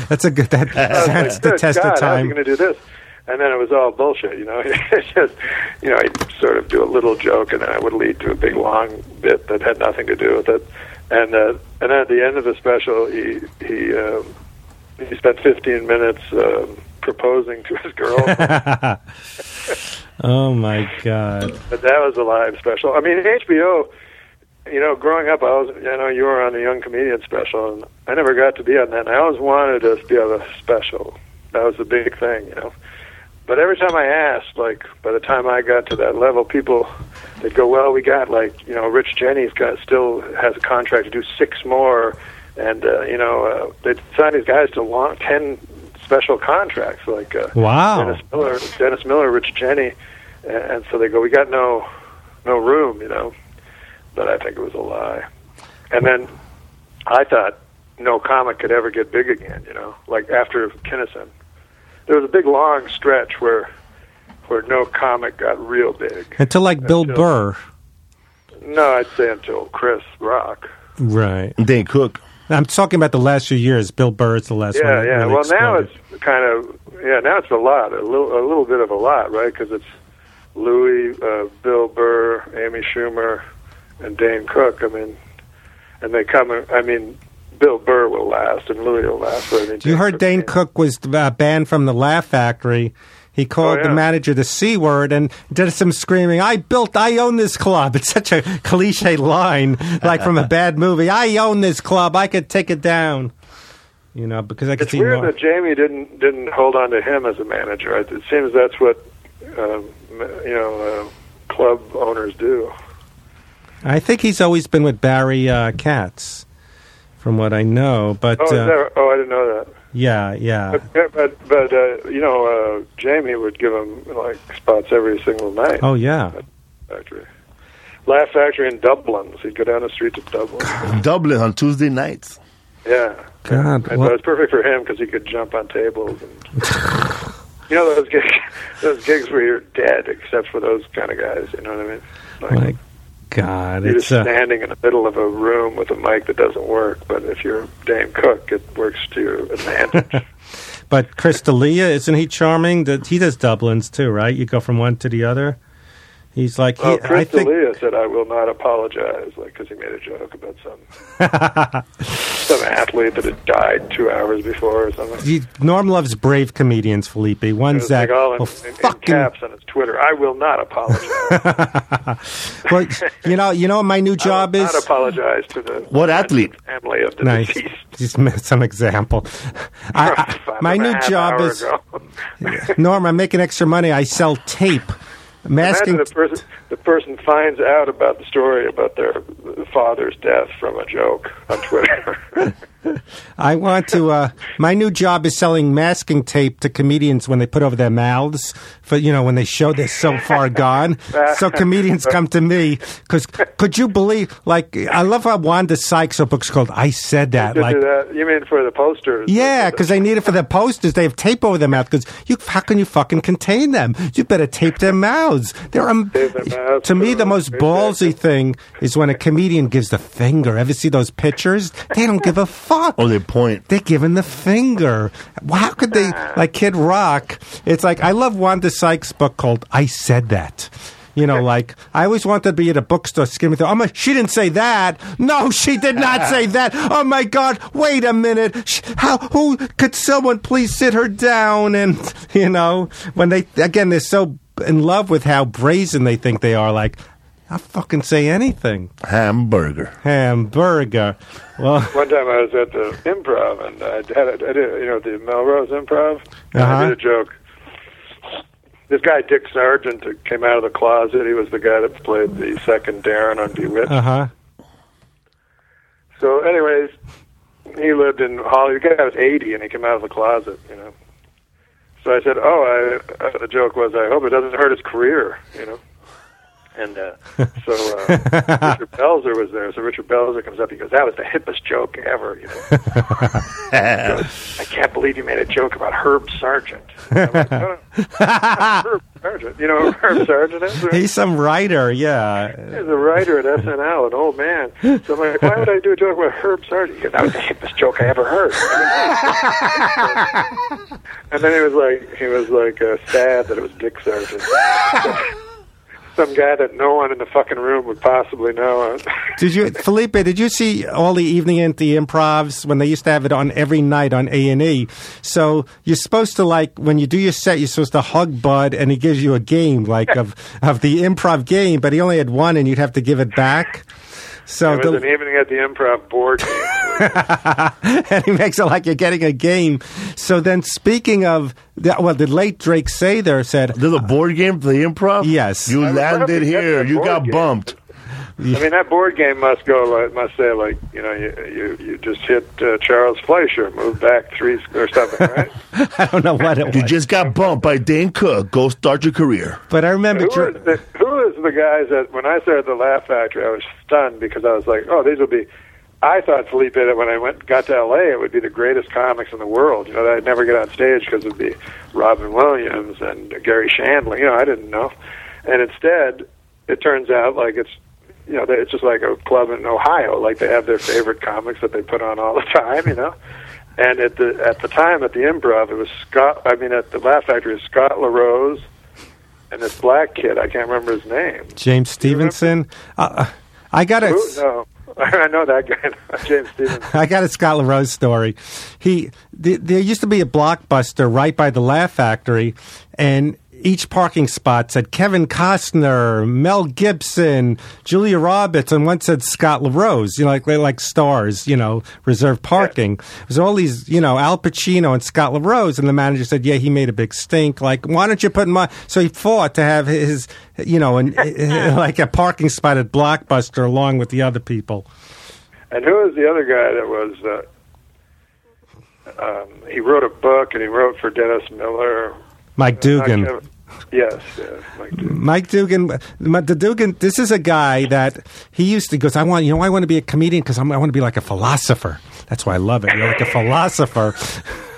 that's a good that I was stands like, the "Good test God, of How are you time. going to do this? And then it was all bullshit, you know. It's just, you know, I'd sort of do a little joke, and then I would lead to a big long bit that had nothing to do with it. And uh, and then at the end of the special, he he um, he spent 15 minutes um, proposing to his girl. but Oh my god! that was a live special. I mean, HBO. You know, growing up, I was. I know you were on the Young Comedian special, and I never got to be on that. And I always wanted to be on a special. That was the big thing, you know. But every time I asked, like by the time I got to that level, people they'd go, "Well, we got like you know, Rich Jenny's got still has a contract to do six more, and uh, you know, uh, they signed these guys to long ten special contracts, like uh, Wow. Dennis Miller, Dennis Miller, Rich Jenny, and, and so they go, "We got no no room," you know. But I think it was a lie. And then I thought no comic could ever get big again, you know, like after Kinnison there was a big long stretch where where no comic got real big. Until like Bill Until- Burr, No, I'd say until Chris Rock. right? Dan Cook. I'm talking about the last few years. Bill Burr is the last one. Yeah, that yeah. really well, now exploded. it's kind of yeah. Now it's a lot, a little, a little bit of a lot, right? Because it's Louis, uh, Bill Burr, Amy Schumer, and Dane Cook. I mean, and they come. I mean, Bill Burr will last, and Louis will last. But I mean, You heard Dane can't. Cook was uh, banned from the Laugh Factory. He called Oh, the yeah. manager the C word and did some screaming, I built, I own this club. It's such a cliche line, like from a bad movie. I own this club. I could take it down. You know, because I could It's see weird Nor- that Jamie didn't didn't hold on to him as a manager. It it seems that's what um, you know uh, club owners do. I think he's always been with Barry uh, Katz, from what I know. But Oh, is uh, that, oh, I didn't know that. yeah, yeah. But yeah, but, but uh, you know, uh, Jamie would give him like spots every single night. Oh, yeah. Factory, Laugh Factory in Dublin. So he'd go down the street to Dublin. Dublin on Tuesday nights. Yeah. God, And what- so it's perfect for him because he could jump on tables. And, you know those gigs, those gigs where you're dead except for those kind of guys. You know what I mean? Like, my God, you're just it's uh, standing in the middle of a room with a mic that doesn't work. But if you're Dame Cook, it works to your advantage. but Chris D'Elia, isn't he charming? That he does Dublins too, right? You go from one to the other. He's like, he, oh, I Chris think. D'Elia said, "I will not apologize," like because he made a joke about some some athlete that had died two hours before or something. He, Norm loves brave comedians, Felipe. Oh, One's It's like that all in, will in- in fucking caps on his Twitter. I will not apologize. well, you know, you know, what my new job I will is not apologize to the What athlete? family of the nice. deceased. Just missed some example. I, I, Five my and a new half job hour is ago. Norm. I'm making extra money. I sell tape. I'm Imagine asking. the person the person finds out about the story about their father's death from a joke on Twitter. I want to. Uh, my new job is selling masking tape to comedians when they put over their mouths for you know when they show they're so far gone. So comedians come to me because could you believe? Like I love how Wanda Sykes her book's called "I Said That." Did Like you, that? you mean for the posters? Yeah, because they need it for their posters. They have tape over their mouth. Because you, how can you fucking contain them? You better tape their mouths. They're um, Tape their mouths. uh, to me the most ballsy thing is when a comedian gives the finger. Ever see those pictures? They don't give a fuck. Oh, they point. They're giving the finger. How could they, like Kid Rock? It's like, I love Wanda Sykes' book called I Said That. You know, like, I always wanted to be at a bookstore skimming through. Oh my, she didn't say that. No, she did not say that. Oh my God, wait a minute. Sh- How, who, could someone please sit her down? And, you know, when they, again, they're so in love with how brazen they think they are. Like, I'll fucking say anything. Hamburger. Hamburger. Well, One time I was at the improv and I had a, I did you know the Melrose improv. And Uh-huh. I did a joke. This guy Dick Sargent came out of the closet. He was the guy that played the second Darren on Bewitched. uh huh. So, anyways, he lived in Hollywood. The guy was 80, and he came out of the closet, you know. So I said, "Oh, I, uh, the joke was, I hope it doesn't hurt his career," you know. And uh, so uh, Richard Belzer was there. So Richard Belzer comes up. He goes, "That was the hippest joke ever," you know. I can't believe you made a joke about Herb Sargent. I'm like, "Oh, Herb Sargent, you know who Herb Sargent is? He's some writer, yeah. He's a writer at SNL, an old man. So I'm like, why would I do a joke about Herb Sargent? He goes, that was the hippest joke I ever heard. and then he was like, he was like uh, sad that it was Dick Sargent, some guy that no one in the fucking room would possibly know. Did you, Felipe? Did you see all the evening at the improvs when they used to have it on every night on A and E? So you're supposed to like when you do your set, you're supposed to hug Bud, and he gives you a game like of of the improv game, but he only had one, and you'd have to give it back. So It was an the, evening at the improv board game. and he makes it like you're getting a game. So then, speaking of, the, well, the late Drake Sather said, There's a board game for the improv? Yes. You I would love landed to get here. that You board got game. bumped. I mean, that board game must go like must say like you know you you, you just hit uh, Charles Fleischer, move back three sq- or something, right? I don't know what it You was, just got bumped by Dane Cook. Go start your career. but I remember. Who is the, who is the guys that when I started the Laugh Factory, I was stunned because I was like, oh, these will be. I thought Felipe that when I went got to L.A., it would be the greatest comics in the world. You know, that I'd never get on stage because it'd be Robin Williams and Gary Shandling. You know, I didn't know, and instead, it turns out like it's. You know, they- it's just like a club in Ohio. Like they have their favorite comics that they put on all the time. You know, and at the at the time at the Improv, it was Scott. I mean, at the Laugh Factory, it was Scott LaRose, and this black kid, I can't remember his name. James Stevenson. Uh, I got Who? it. No, I know that guy, James Stevens. I got a Scott LaRose story. He th- there used to be a blockbuster right by the Laugh Factory, and each parking spot said Kevin Costner, Mel Gibson, Julia Roberts, and one said Scott LaRose. You know, like they're like stars. You know, reserved parking. It was all these. You know, Al Pacino and Scott LaRose, and the manager said, "Yeah, he made a big stink. Like, why don't you put my?" So he fought to have his. You know, and like a parking spot at Blockbuster along with the other people. And who was the other guy that was? Uh, um, he wrote a book, and he wrote for Dennis Miller. Mike Not Dugan. Kevin- Yes, yes. Like, Mike Dugan, my- the Dugan. This is a guy that he used to goes. I want you know I want to be a comedian because I want to be like a philosopher. That's why I love it. You're like a philosopher.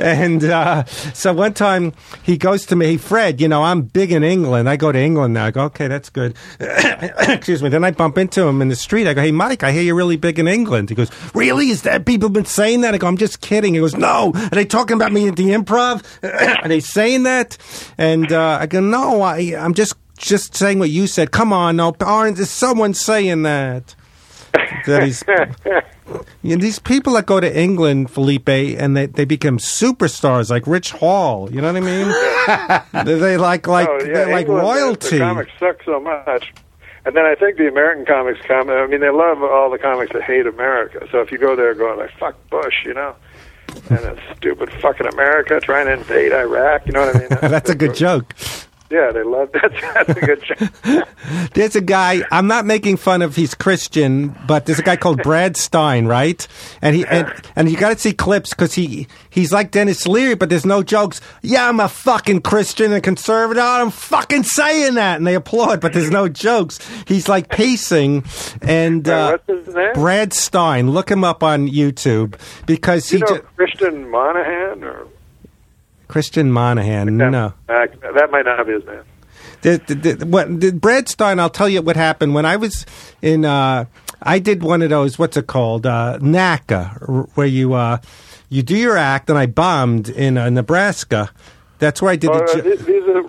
and uh, so one time he goes to me, hey Fred. You know I'm big in England. I go to England now. I go okay, that's good. Excuse me. Then I bump into him in the street. I go hey Mike, I hear you're really big in England. He goes really? Is that people been saying that? I go I'm just kidding. He goes no. Are they talking about me at the improv? Are they saying that? And uh, I go no. I I'm just just saying what you said. Come on, no, aren't is someone saying that? that he's you know, these people that go to England, Felipe, and they, they become superstars like Rich Hall. You know what I mean? they, they like like oh, yeah, they're like England, the- The royalty. comics suck so much. And then I think the American comics come. I mean, they love all the comics that hate America. So if you go there going like "fuck Bush," you know, and that stupid fucking America trying to invade Iraq, you know what I mean? That's a good joke. Yeah, they love that. That's a good joke. There's a guy. I'm not making fun of. He's Christian, but there's a guy called Brad Stein, right? And he and, and you got to see clips because he he's like Dennis Leary, but there's no jokes. Yeah, I'm a fucking Christian and conservative. Oh, I'm fucking saying that, and they applaud, but there's no jokes. He's like pacing, and uh, What's his name? Brad Stein. Look him up on YouTube because he you know ju- Christian Monahan or Christian Monahan. No. Uh, that might not be his name. the, the, the, what, the Brad Stein, I'll tell you what happened when I was in. Uh, I did one of those. What's it called? Uh, NACA, r- where you uh, you do your act, and I bombed in uh, Nebraska. That's where I did. Or, the uh, ju- these these are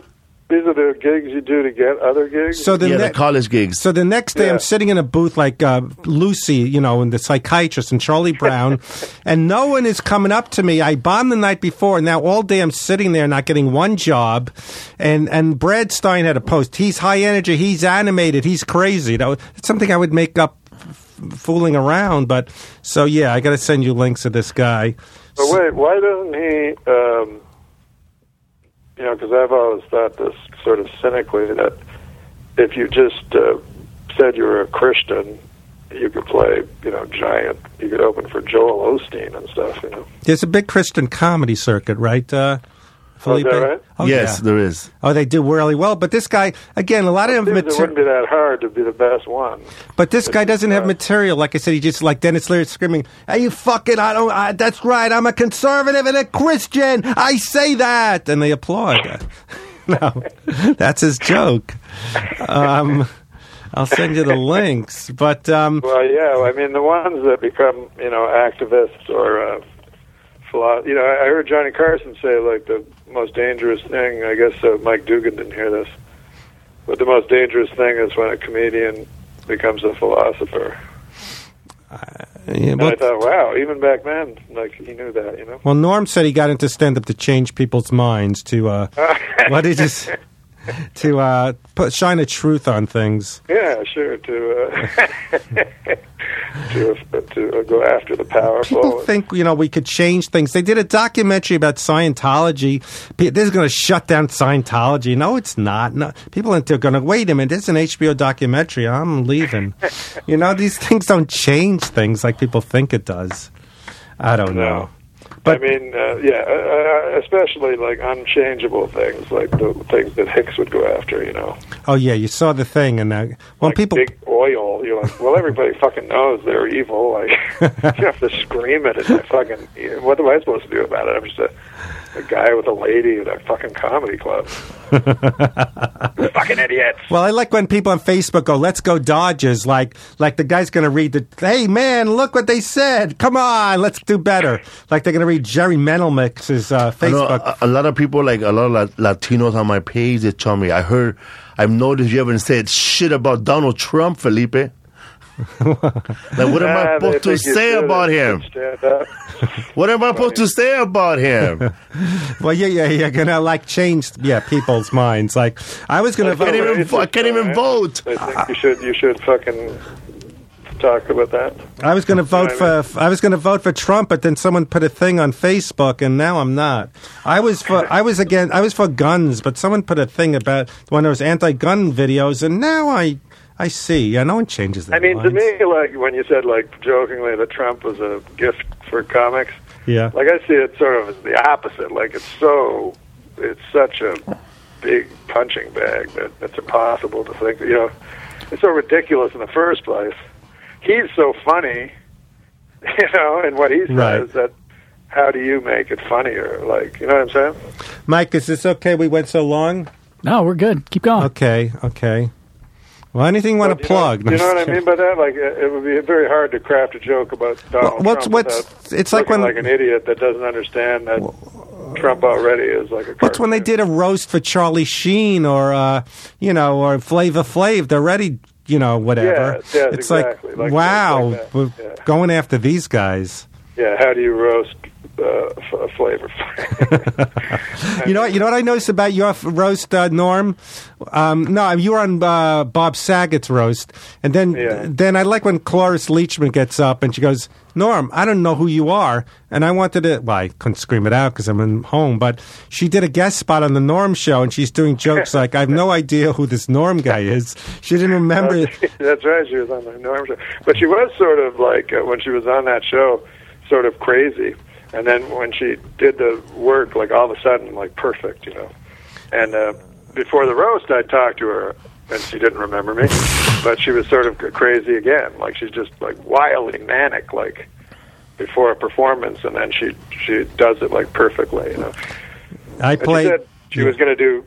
these are the gigs you do to get other gigs. so the yeah, the ne- college gigs. So the next day, Yeah. I'm sitting in a booth like uh, Lucy, you know, and the psychiatrist and Charlie Brown, and no one is coming up to me. I bombed the night before, and now all day I'm sitting there not getting one job. And and Brad Stein had a post. He's high energy. He's animated. He's crazy. That was, that's something I would make up f- fooling around. But so yeah, I got to send you links of this guy. But wait, why doesn't he? Um, you know, because I've always thought this sort of cynically that if you just uh, said you were a Christian, you could play, you know, giant. You could open for Joel Osteen and stuff. You know, There's a big Christian comedy circuit, right? Uh, Oh, is Felipe? that right? Oh, yes, yeah. there is. Oh, they do really well. But this guy, again, a lot of Seems it mater- wouldn't be that hard to be the best one. But this guy It's- doesn't have uh, material. Like I said, he just like Dennis Leary screaming, "Hey, you fucking! I don't. I, that's right. I'm a conservative and a Christian. I say that," and they applaud. no, that's his joke. Um, I'll send you the links. But um, Well, yeah. I mean, the ones that become, you know, activists or, uh, philo- you know, I I heard Johnny Carson say, like, the most dangerous thing, I guess uh, Mike Dugan didn't hear this, but the most dangerous thing is when a comedian becomes a philosopher. yeah, And well, I thought, wow, even back then, like, he knew that, you know? well, Norm said he got into stand up to change people's minds to uh, what did you s- to uh, put shine a truth on things. Yeah, sure, to, uh, to, to uh, go after the powerful. People think you know we could change things. They did a documentary about Scientology. Pe- This is going to shut down Scientology. No, it's not. No, people are going to wait a minute. This is an HBO documentary. I'm leaving. you know, these things don't change things like people think it does. I don't know. No. But- I mean, uh, yeah, uh, uh, especially like unchangeable things, like the things that Hicks would go after. You know, Oh yeah, you saw the thing, and uh, when like people big oil. You're like, well, everybody fucking knows they're evil. Like, you have to scream it in my fucking. What am I supposed to do about it? I'm just a, a guy with a lady at a fucking comedy club. fucking idiots. Well, I like when people on Facebook go, "Let's go Dodgers!" Like, like the guy's going to read the, "Hey man, look what they said! Come on, let's do better!" Like they're going to read Jerry Menelmix's uh, I know Facebook. a, a lot of people, like a lot of La- Latinos on my page, they tell me, I heard, I've noticed you haven't said shit about Donald Trump, Felipe. like, what am I Ah, they supposed to think you say should about him? Stand up. What am I supposed to say about him? well, yeah, yeah, you're going to like change, yeah, people's minds. Like, I was going I can't to. even, vo- I can't even vote. I think you should. You should fucking talk about that. I was going to vote for I was going to vote for Trump, but then someone put a thing on Facebook, and now I'm not. I was for I was again I was for guns, but someone put a thing about one of those anti-gun videos, and now I I see. Yeah, no one changes that. I mean, to me, like when you said, like jokingly, that Trump was a gift for comics. yeah, Like I see it sort of as the opposite. Like it's so, it's such a big punching bag that that's impossible to think. You know, it's so ridiculous in the first place. He's so funny, you know, and what he says Right. that. How do you make it funnier? Like, you know what I'm saying? Mike, is this okay? We went so long. No, we're good. Keep going. Okay, okay. Well, anything you want to You know- plug? You know, what I mean by that? Like, it, it would be very hard to craft a joke about Donald what's- Trump. what's- without it's like looking when- like an idiot that doesn't understand that Trump already is like a. What's when they did a roast for Charlie Sheen or uh, you know or Flavor Flav? They're already you know whatever. Yeah, yes, it's exactly. like, Like- wow, like that, we're going after these guys. Yeah, how do you roast uh, f- flavor? You know what? You know what I noticed about your f- roast, uh, Norm. Um, no, you were on uh, Bob Saget's roast, and then Yeah. then I like when Cloris Leachman gets up and she goes, "Norm, I don't know who you are," and I wanted to. Well, I couldn't scream it out because I'm in home, but she did a guest spot on the Norm show, and she's doing jokes like, "I have no idea who this Norm guy is." She didn't remember. That's right. Oh, She was on the Norm show, but she was sort of like uh, when she was on that show, sort of crazy. And then when she did the work, like all of a sudden, like perfect, you know. And uh, before the roast, I talked to her, and she didn't remember me, but she was sort of crazy again. Like she's just like wildly manic, like before a performance, and then she she does it like perfectly, you know. I And she played. said she was going to do.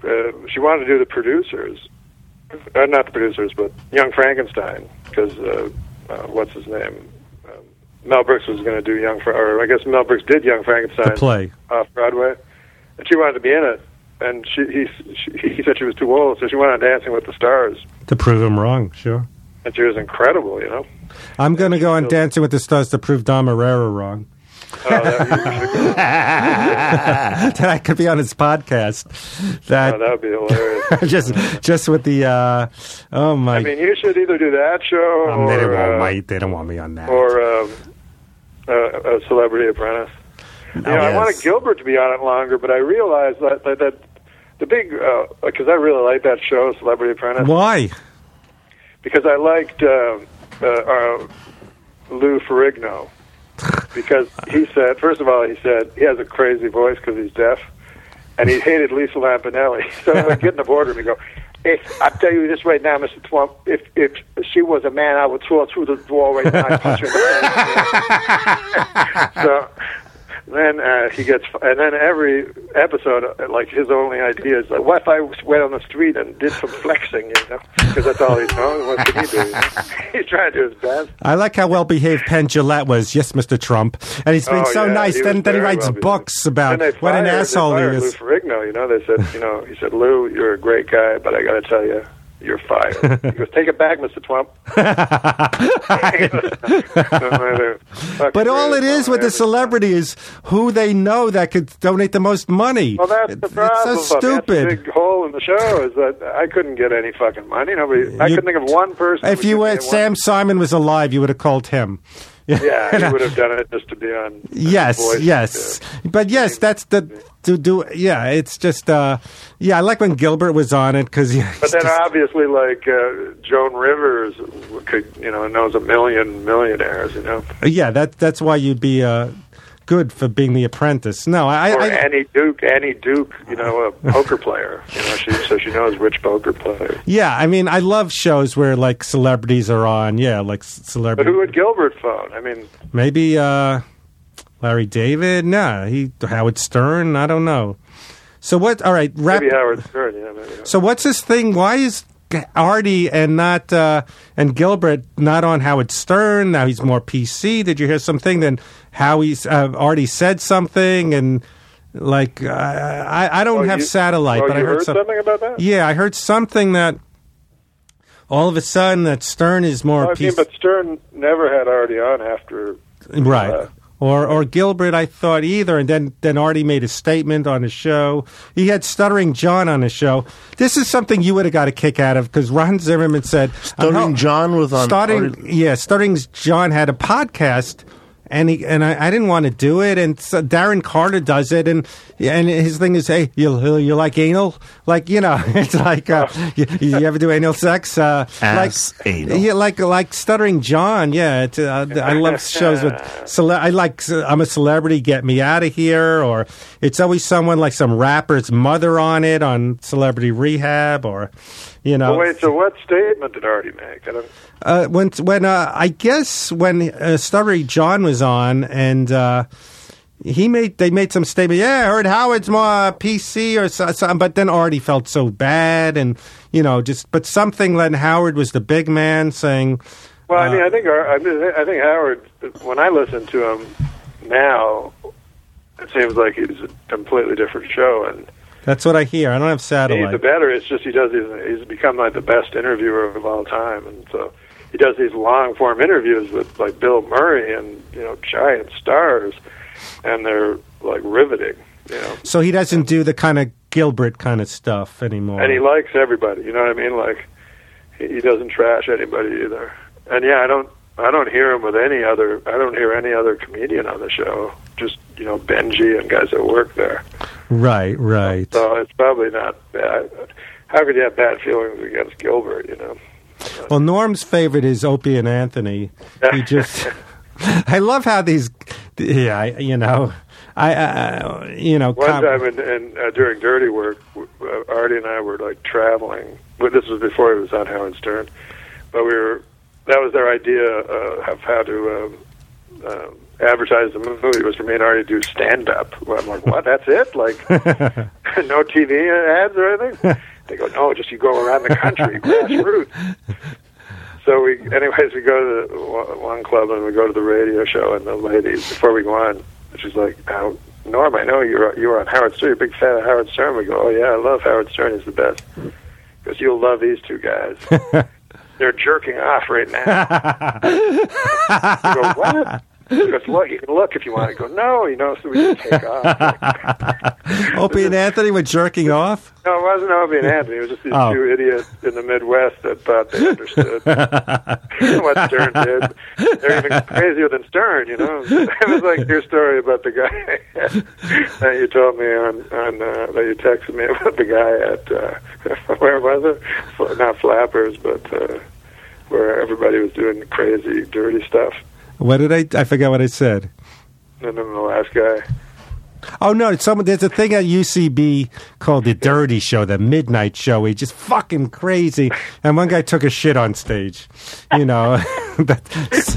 Uh, she wanted to do the producers, uh, not the producers, but Young Frankenstein, because uh, uh, what's his name? Um, Mel Brooks was going to do Young, Fra- or I guess Mel Brooks did Young Frankenstein The play. off Broadway, and she wanted to be in it. And she, he, she, he said she was too old, so she went on Dancing with the Stars, to prove him wrong. Sure, and she was incredible, you know. I'm going to go on Dancing with the Stars to prove Don Herrera wrong. Oh, that, that I could be on his podcast. That oh, that would be hilarious. just just with the uh, oh my. I mean, you should either do that show um, they don't want or uh, my, they don't want me on that. or um, uh, a Celebrity Apprentice. You know, I Oh, yes. wanted Gilbert to be on it longer, but I realized that that, that the big because I really like that show, Celebrity Apprentice, Why? because I liked uh, uh, uh, Lou Ferrigno because he said first of all he said he has a crazy voice because he's deaf, and he hated Lisa Lampanelli. So I would get in the boardroom and go. If, I tell you this right now, Mr. Trump. If if she was a man, I would throw her through the wall right now. and punch her in the face." so then uh, he gets, and then every episode, uh, like his only idea is like, what if I went on the street and did some flexing, you know? Because that's all he knows. What can he do? you know? He's trying to do his best. I like how well behaved Penn Gillette was. Yes, Mr. Trump, and he's being Oh, so yeah, nice. he then was then he very writes well behaved. books about And they what fired, an asshole they he fired Lou is. Ferrigno, you know, they said, you know, he said, Lou, you're a great guy, but I got to tell you, you're fired. he goes, take it back, Mr. Trump. But all it is Oh, with the celebrity is who they know that could donate the most money. Well, that's the It- problem. It's so That's stupid. the big hole in the show is that I couldn't get any fucking money. Nobody. I You- couldn't think of one person. if who you could were get Sam Simon was alive, you would have called him. one- yeah, he would have done it just to be on. Yes, Voice, yes, but yes, that's the to do. Yeah, it's just uh, yeah. I like when Gilbert was on it because But then obviously, like uh, Joan Rivers, could you know knows a million millionaires, you know, yeah, that that's why you'd be uh, good for being the apprentice. No, I, or I Annie Duke, Annie Duke, you know, a poker player, you know, she so she knows which poker player. yeah, I mean, I love shows where like celebrities are on. Yeah, like c- But celebrity, who would Gilbert phone? I mean, maybe uh, Larry David. Nah, he Howard Stern. I don't know. So what? All right, wrap. maybe Howard Stern. Yeah, maybe. So what's this thing? Why is G- Artie and not uh, and Gilbert not on Howard Stern? Now he's more PC. Did you hear something? Then Howie's uh, Artie said something, and like uh, I I don't Oh, have you- satellite, oh, but I you heard, heard some- something about that? Yeah, I heard something that all of a sudden that Stern is more I mean, PC, but Stern never had already on after right? uh, or, or Gilbert, I thought either, and then, then Artie made a statement on his show. He had Stuttering John on his show. This is something you would have got a kick out of because Ron Zimmerman said I'm Starting hel- John was on. starting yeah starting john had a podcast and he and I, I didn't want to do it. And so Darren Carter does it, and and his thing is, hey, you you like anal? Like you know, it's like uh, you, you ever do anal sex? Uh, Ass like anal. yeah, like like stuttering John. Yeah, it's, uh, I love shows with cele- I like I'm a celebrity, get me out of here, or it's always someone like some rapper's mother on it on Celebrity Rehab, or you know. But wait, so what statement did Artie make? I don't, Uh, when when uh, I guess when uh, Stuttery John was on and uh, he made they made some statement. Yeah, I heard Howard's more uh, PC or so- something, but then Artie felt so bad and you know just but something. Len Howard was the big man saying, well, I mean, I think our, I, mean, I think Howard. When I listen to him now, it seems like he's a completely different show, and "That's what I hear. I don't have he's the satellite." better. It's just he does these. He's become like the best interviewer of all time, and so he does these long form interviews with like Bill Murray and you know giant stars, and they're like riveting. You know, So he doesn't do the kind of Gilbert kind of stuff anymore. and he likes everybody. You know what I mean? Like he he doesn't trash anybody either. And yeah, I don't I don't hear him with any other I don't hear any other comedian on the show. Just you know Benji and guys that work there. right, right. So it's probably not bad. How could you have bad feelings against Gilbert? You know. Well, Norm's favorite is Opie and Anthony. He just, I love how these, yeah, I- you know, I, I you know, One com- time in, in, uh, during Dirty Work, w- uh, Artie and I were like traveling. Well, this was before he was on Howard Stern, but we were. That was their idea uh, of how to um, um advertise the movie was for me and Artie to do stand up. I'm like, what? That's it? Like, no TV ads or anything? They go, no, just you go around the country, grassroots. So we, anyways, we go to the, o- one club and we go to the radio show, and the lady before we go on, she's like, oh, "Norm, I know you're you were on Howard Stern. You're a big fan of Howard Stern." We go, "Oh yeah, I love Howard Stern. He's the best." Because you'll love these two guys. They're jerking off right now. you go, what? She goes, look, you can look if you want. I go, no, you know, so we just take off. Opie and Anthony were jerking off. No, it wasn't Obie and Anthony. It was just these Oh. two idiots in the Midwest that thought they understood what Stern did. They're even crazier than Stern, you know. it was like your story about the guy that you told me on, on uh, that you texted me about the guy at uh, where was it? Fl- Not Flappers, but uh, where everybody was doing crazy, dirty stuff. What did I? I forgot what I said. And then the last guy. Oh no! it's Someone there's a thing at UCB called the Dirty Show, the Midnight Show. It's just fucking crazy. And one guy took a shit on stage. You know, that's,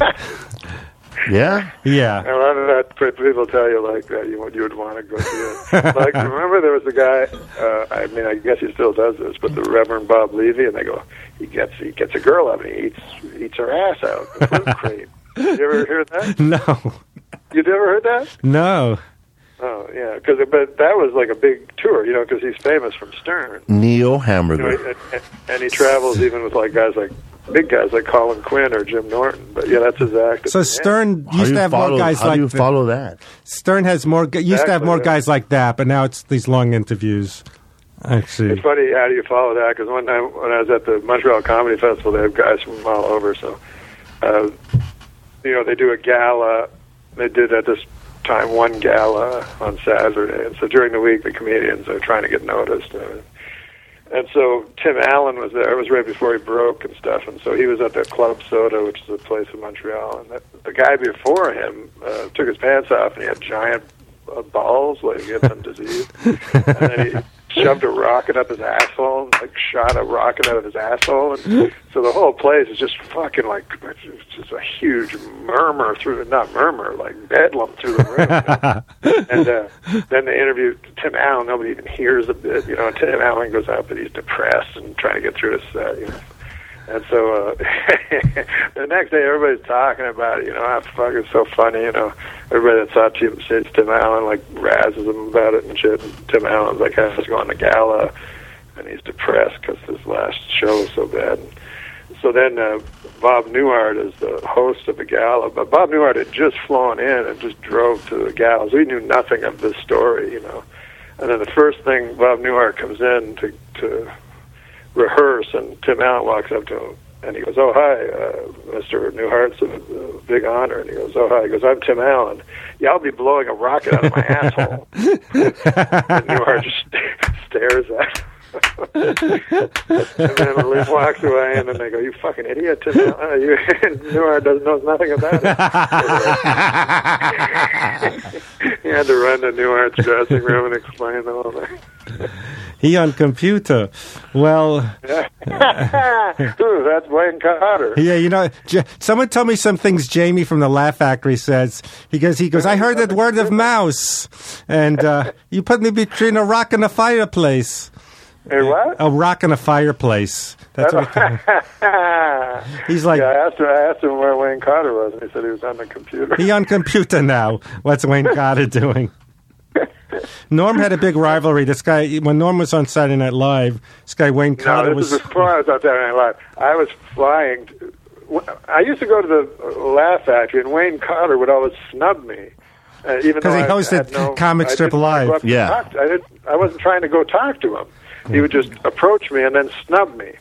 Yeah. yeah. I love that p- people tell you like that you would you would want to go see it. like remember there was a guy. Uh, I mean, I guess he still does this, but the Reverend Bob Levy, and they go, he gets he gets a girl up and he eats eats her ass out. with Whipped cream. You ever hear that? No, You've never heard that? no. Oh yeah, because but that was like a big tour, you know, because he's famous from Stern, Neo you know, Hamburger. and, and, and he travels even with like guys like big guys like Colin Quinn or Jim Norton. But yeah, that's his act. So Stern How do used you to have follow, more guys how like do you that. follow that? Stern has more used to have Exactly, more yeah. guys like that, but now it's these long interviews. Actually, It's funny how do you follow that? Because one time when I was at the Montreal Comedy Festival, they have guys from all over. So, uh, you know, they do a gala. They did at this time one gala on Saturday, and so during the week the comedians are trying to get noticed. Uh, and so Tim Allen was there. It was right before he broke and stuff. And so he was at the Club Soda, which is a place in Montreal. And the, the guy before him uh, took his pants off, and he had giant uh, balls, like he had some disease. and then he shoved a rocket up his asshole, and, like shot a rocket out of his asshole. And so the whole place is just fucking like it's just a huge murmur through, not murmur, like bedlam through the room. you know? and uh, then they interview Tim Allen. Nobody even hears a bit, you know. And Tim Allen goes out, but he's depressed and trying to get through his set, you know. And so uh, the next day, everybody's talking about it. You know, ah, fuck, it's so funny. You know, everybody that saw Tim, sees Tim Allen like razzes him about it and shit. And Tim Allen's like, I was going to gala, and he's depressed because his last show was so bad. And so then uh, Bob Newhart is the host of the gala, but Bob Newhart had just flown in and just drove to the gala. So we knew nothing of this story, you know. And then the first thing Bob Newhart comes in to to rehearse, and Tim Allen walks up to him and he goes, "Oh hi, uh, Mr. Newhart's a, a big honor." And he goes, "Oh hi," he goes, "I'm Tim Allen." Yeah, I'll be blowing a rocket out of my asshole. and Newhart just stares at. him. and then Leaf walks away, and then they go, "You fucking idiot!" Tim Allen, Uh, you Newhart doesn't knows nothing about it. he had to run to Newhart's dressing room and explain the whole thing. He on computer. Well, Ooh, that's Wayne Carter. yeah, you know, J- someone told me some things. Jamie from the Laugh Factory says he goes. He goes. I heard that word of mouse, and uh, you put me between a rock and a fireplace. Hey, what? A rock and a fireplace. That's what he told me. he's like. yeah, I asked him. I asked him where Wayne Carter was, and he said he was on the computer. He on computer now. What's Wayne Carter doing? Norm had a big rivalry. This guy, when Norm was on Saturday Night Live, this guy Wayne no, Carter this was. is before I was out there in live. I was flying. to- I used to go to the Laugh Factory, and Wayne Carter would always snub me. Uh, even 'Cause though he I hosted had no, Comic I Strip didn't Live. go up and Yeah. talk to- I, didn't, I wasn't trying to go talk to him. He would just approach me and then snub me.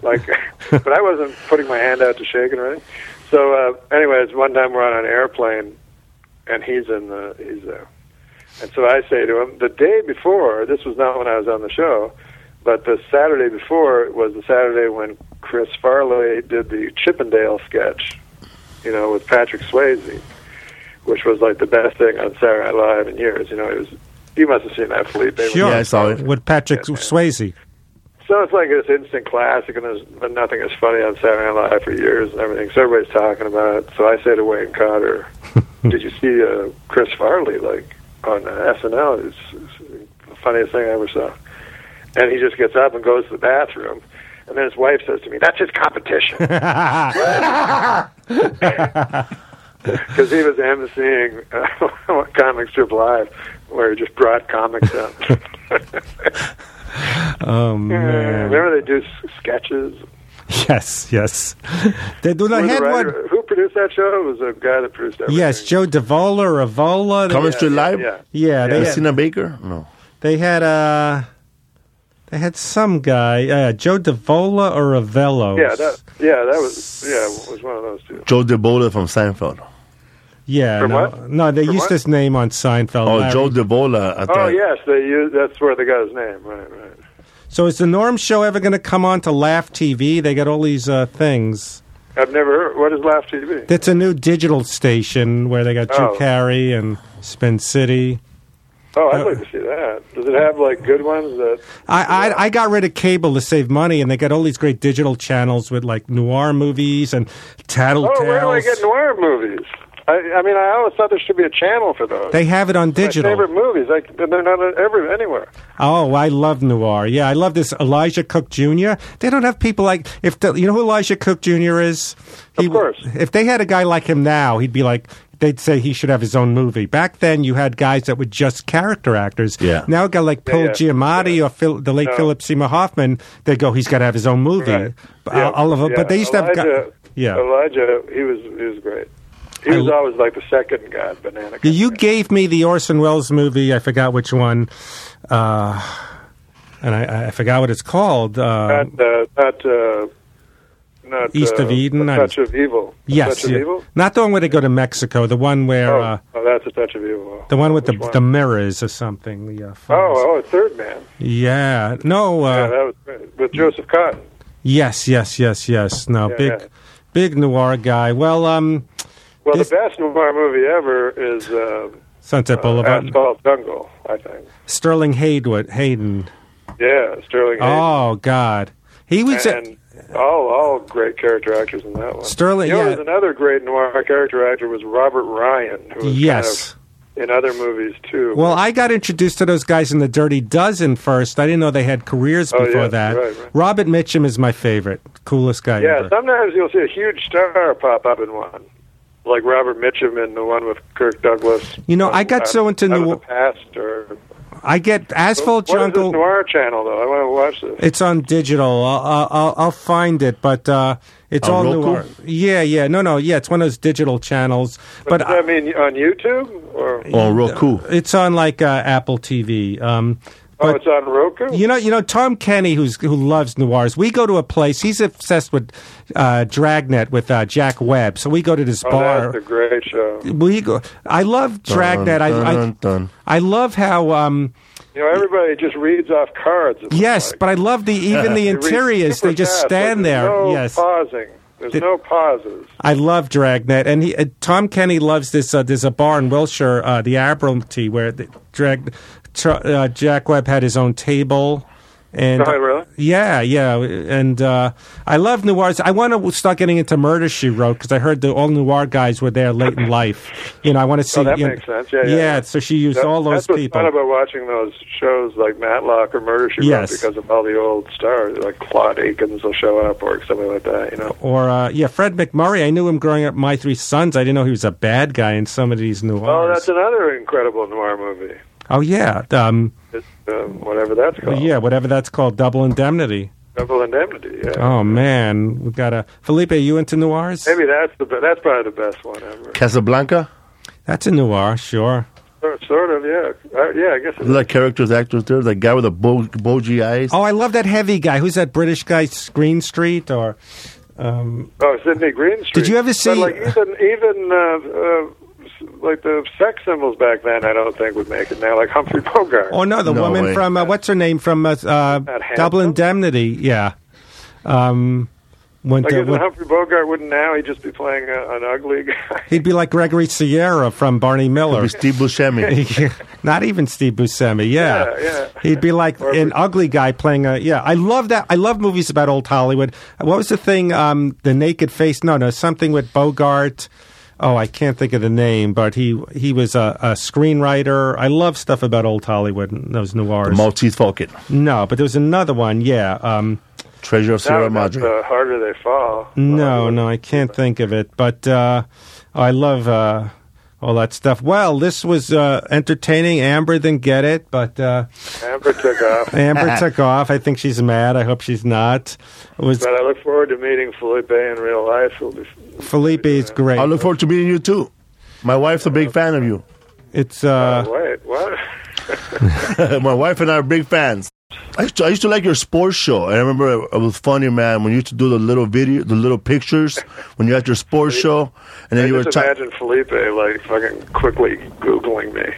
like, but I wasn't putting my hand out to shake it or anything. So, uh, anyways, one time we're on an airplane, and he's in the he's there, and so I say to him, the day before, this was not when I was on the show, but the Saturday before was the Saturday when Chris Farley did the Chippendale sketch, you know, with Patrick Swayze, which was like the best thing on Saturday Night Live in years. You know, it was. You must have seen that, Felipe. Sure, Yeah, I saw it. with Patrick Swayze. So it's like this instant classic, and there's been nothing as funny on Saturday Night Live for years and everything. So everybody's talking about it. So I say to Wayne Cotter, "Did you see uh, Chris Farley like on uh, SNL? It's, it's the funniest thing I ever saw." And he just gets up and goes to the bathroom, and then his wife says to me, "That's his competition," because he was emceeing uh, Comic Strip Live, where he just brought comics up. Oh man! Remember they do s- sketches. Yes, yes. They do not Who, the had writer- one. who produced that show? It was the guy that produced everything. Yes, Joe Davola or Avola. They- Coming Street Live? Yeah. yeah, they had, Christina Baker? No. they had uh, they had some guy, uh, Joe Davola or Avello. Yeah, that, yeah, that was yeah, it was one of those two. Joe DeBola from Seinfeld. yeah. From no, what? no, they From used what? his name on Seinfeld. Oh, Larry. Joe DeBola. I Oh thought- yes, they used, that's where they got his name. Right, right. So is the Norm Show ever going to come on to Laugh TV? They got all these uh, things. I've never heard. What is Laugh TV? That's a new digital station where they got Drew Oh. Carey and Spin City. Oh, Uh, I'd like to see that. Does it have like good ones? That I, I I got rid of cable to save money, and they got all these great digital channels with like noir movies and Tattletales. oh, where do I get noir movies? I, I mean, I always thought there should be a channel for those. they have it on My digital. favorite movies, like they're not on every anywhere. Oh, I love noir. Yeah, I love this Elijah Cook Jr. They don't have people like if the, you know who Elijah Cook Jr. is. He, Of course. If they had a guy like him now, he'd be like they'd say he should have his own movie. Back then, you had guys that were just character actors. Yeah. Now a guy like Paul yeah. Giamatti or Phil, the late Philip Seymour Hoffman, they go he's got to have his own movie. Right. But, Yeah, uh, all of them, yeah. but they used to have. Elijah, Guy, yeah. Elijah, he was he was great. He I was l- always like the second guy, banana. Yeah, guy. You gave me the Orson Welles movie. I forgot which one, uh, and I, I forgot what it's called. Uh, not uh, not uh, not East uh, of Eden, A I- touch of evil. A yes, touch of yeah. evil. not the one where they go to Mexico. The one where Oh, uh, oh, that's a touch of evil. the one with the, Which one? the mirrors or something. The, uh, phones. oh, oh, third man. yeah. No. yeah, Uh, that was great. with Joseph Cotton. yes, yes, yes, yes. No. Yeah, big, yeah. big noir guy. Well, um, Well, This- the best noir movie ever is uh, Sunset uh, Boulevard. Asphalt Jungle. I think. Sterling Haywood. Hayden. Yeah, Sterling. Hayden. Oh God, he was. a- And all all great character actors in that one. Sterling, You know, yeah. there's another great noir character actor was Robert Ryan, who was yes. kind of in other movies too. Well, I got introduced to those guys in the Dirty Dozen first. I didn't know they had careers Oh, before yeah, that. right, right. Robert Mitchum is my favorite, coolest guy Yeah, ever. sometimes you'll see a huge star pop up in one, like Robert Mitchum in the one with Kirk Douglas. You know, I got Out- so into Out of New- the past or I get Asphalt What is this Jungle. noir channel though? I want to watch this. It's on digital. I'll- I'll, I'll, I'll find it, but uh, it's On all Roku? noir. Yeah, yeah, no, no, yeah. It's one of those digital channels, But but does that mean on YouTube or Oh, Roku. I- it's on like uh, Apple TV. Um, Oh, it's on Roku. You know, you know Tom Kenny, who's who loves noirs. We go to a place. He's obsessed with uh, Dragnet with uh, Jack Webb. So we go to this Oh, bar. that's a great show. we go. I love Dragnet. I, I I love how. Um, You know, everybody just reads off cards. It's yes, but I love the even the They read interiors. They super just fast. stand There's there. No yes. pausing. There's no pauses. I love Dragnet, and he, uh, Tom Kenny loves this. Uh, there's a bar in Wilshire, uh, the Admiralty, where the drag, tr- uh, Jack Webb had his own table. And Oh, really? Yeah, yeah, and uh, I love noirs. I want to start getting into Murder She Wrote because I heard the all noir guys were there late in life. You know, I want to see. Oh, that you know- makes sense. Yeah, yeah, yeah. So she used That- all those that's what's people. fun about watching those shows like Matlock or Murder She Wrote Yes. because of all the old stars like Claude Akins will show up or something like that. You know, or uh, yeah, Fred McMurray. I knew him growing up. My three sons. I didn't know he was a bad guy in some of these noirs. oh, that's another incredible noir movie. Oh, yeah, um, It's, um, whatever that's called, yeah, whatever that's called, double indemnity. Double Indemnity. Yeah, Oh man, we got a Felipe. Are you into noirs? maybe that's the be- that's probably the best one ever. Casablanca. That's a noir, sure. Sort- Sort of, yeah, uh, yeah. I guess it There's like characters, actors there. That guy with the bo- bulgy eyes. Oh, I love that heavy guy. Who's that British guy? Green Street or Oh, Sydney Greenstreet. Did you ever see- But like even even uh, uh, like the sex symbols back then, I don't think would make it now. Like Humphrey Bogart. oh no, the No woman way. from uh, what's her name from uh, uh, handsome? Double Indemnity? Yeah. Um, went, like uh, isn't went- Humphrey Bogart wouldn't now? He'd just be playing a, an ugly guy. he'd be like Gregory Sierra from Barney Miller. With Steve Buscemi. Not even Steve Buscemi. Yeah, Yeah, yeah. He'd be like Or- an ugly guy playing a. Yeah, I love that. I love movies about old Hollywood. What was the thing? Um, the Naked Face. No, no, something with Bogart. Oh, I can't think of the name, but he he was a, a screenwriter. I love stuff about old Hollywood and those noirs. Maltese Falcon. no, but there was another one. Yeah. Um, Treasure of Now Sierra that's, Madre. the harder they fall. No, no, I can't think of it. But uh, I love uh, all that stuff. Well, this was uh, entertaining. Amber didn't get it, but uh, Amber took off. Amber took off. I think she's mad. I hope she's not. It was But I look forward to meeting Felipe in real life. It'll be Felipe's uh, great. I look forward to meeting you too. My wife's a big fan of you. It's uh, uh, wait, what? My wife and I are big fans. I used, to, I used to like your sports show. I remember it was funny, man. When you used to do the little video, the little pictures when you had your sports show, and then I you were just talking. imagine Felipe like fucking quickly googling me.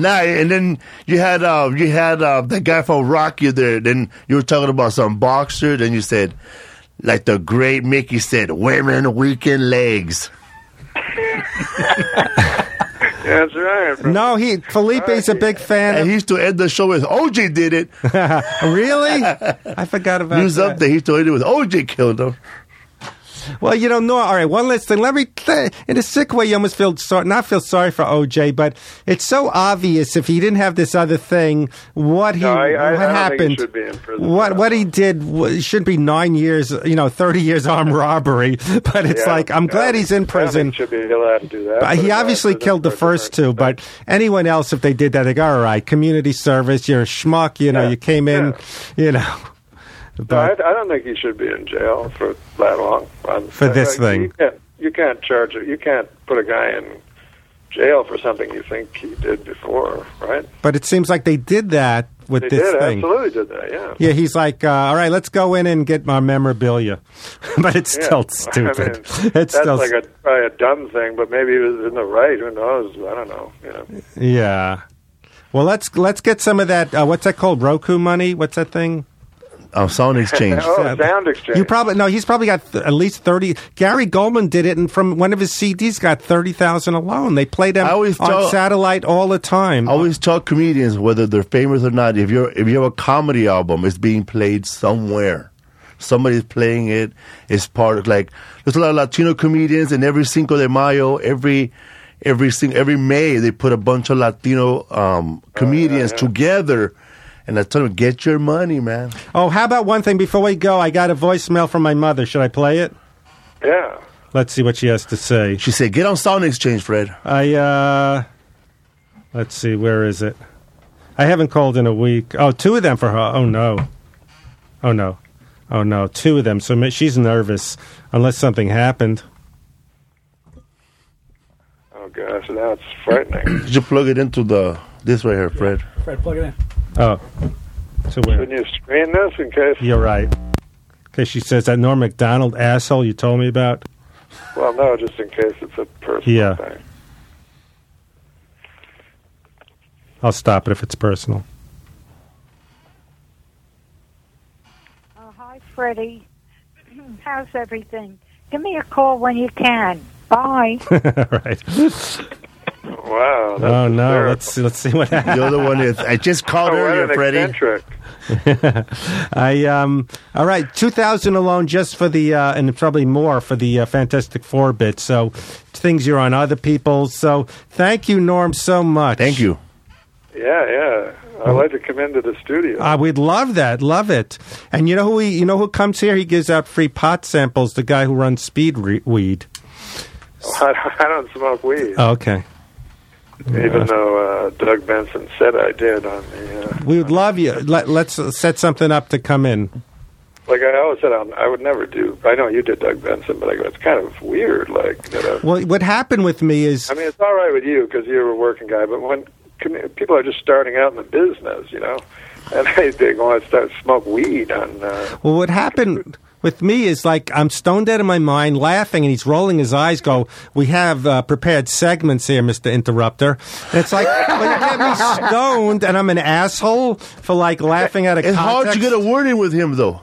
Nah, and then you had uh, you had uh, that guy from Rocky there. Then you were talking about some boxer. Then you said, like the great Mickey said, women weaken legs. Yeah, that's right. bro. no. He Felipe's a big And fan. he used to end the show with OJ did it. really? I forgot about News that. update. He used to end it with OJ killed him. Well, you don't know. All right, one last thing. Let me. Th- in a sick way, you almost feel sorry. Not feel sorry for OJ, but it's so obvious if he didn't have this other thing, what he No, I- I- what I don't happened. think he should be in prison. What what he did w- should be nine years. You know, thirty years armed robbery. But it's Yeah, like I'm yeah, glad he's I in don't prison. think he Should be allowed to do that. Uh, but he it's obviously not- killed the it's not first different. two, but anyone else, if they did that, they go, all right, community service, you're a schmuck, you know, Yeah, you came in, you know. No, I, But I don't think he should be in jail for that long. Um, For like, this thing. you can't, you can't charge it. You can't put a guy in jail for something you think he did before, right? but it seems like they did that with They this did thing. absolutely did that. Yeah. Yeah, he's like, uh, all right, let's go in and get my memorabilia. but it's Yeah. still I stupid. mean, it's that's still, like a, probably a dumb thing, but maybe he was in the right. Who knows? I don't know. You know. yeah. Well, let's let's get some of that. Uh, what's that called? Roku money? What's that thing? Oh, sound exchange. Oh, sound exchange. You probably no. He's probably got th- at least thirty. Gary Goldman did it, and from one of his CDs, got thirty thousand alone. They played them I on always thought- satellite all the time. I always tell comedians whether they're famous or not. If you're if you have a comedy album, it's being played somewhere. Somebody's playing it. It's part of like there's a lot of Latino comedians, and every Cinco de Mayo, every every sing, every May, they put a bunch of Latino um, comedians Oh, together. And I tell them, get your money, man. Oh, how about one thing before we go? I got a voicemail from my mother. Should I play it? Yeah. Let's see what she has to say. She said, get on Sound Exchange, Fred. I uh let's see, where is it? I haven't called in a week. Oh, two of them for her. Oh no. Oh no. Oh no, two of them. So ma- she's nervous unless something happened. Oh gosh, now it's frightening. Did you plug it into the This right here, Fred. Fred, plug it in. Oh. So where? Can you screen this in case? You're right. Because she says that Norm McDonald asshole you told me about. Well, no, just in case it's a personal Yeah. thing. I'll stop it if it's personal. Uh, hi, Freddie. How's everything? Give me a call when you can. Bye. All right. Oh, Wow. that's Oh no. hysterical. Let's see, let's see what happens. The other one is I just called Oh, what earlier, an Freddie. eccentric. I um. All right. Two thousand alone, just for the uh, and probably more for the uh, Fantastic Four bit. So things you're on other people. So thank you, Norm, so much. Thank you. Yeah, yeah. I'd like to come into the studio. Uh, we'd love that, love it. And you know who he, you know who comes here? He gives out free pot samples. The guy who runs Speed re- Weed. I don't- I don't smoke weed, Oh, okay, even though uh, Doug Benson said I did on the. Uh, we would love you. Let, let's uh, set something up to come in. like I always said, I'm, I would never do. I know you did Doug Benson, but like, it's kind of weird. Like, that uh, Well, what happened with me is I mean, it's all right with you because you're a working guy, but when commu- people are just starting out in the business, you know, and they, they want to start smoke weed on. Uh, Well, what happened with me is like I'm stone dead in my mind, laughing, and he's rolling his eyes. Go, we have uh, prepared segments here, Mister Interrupter. And it's like, well, you can't be stoned, and I'm an asshole for like laughing at a. It's hard to get a word in with him though.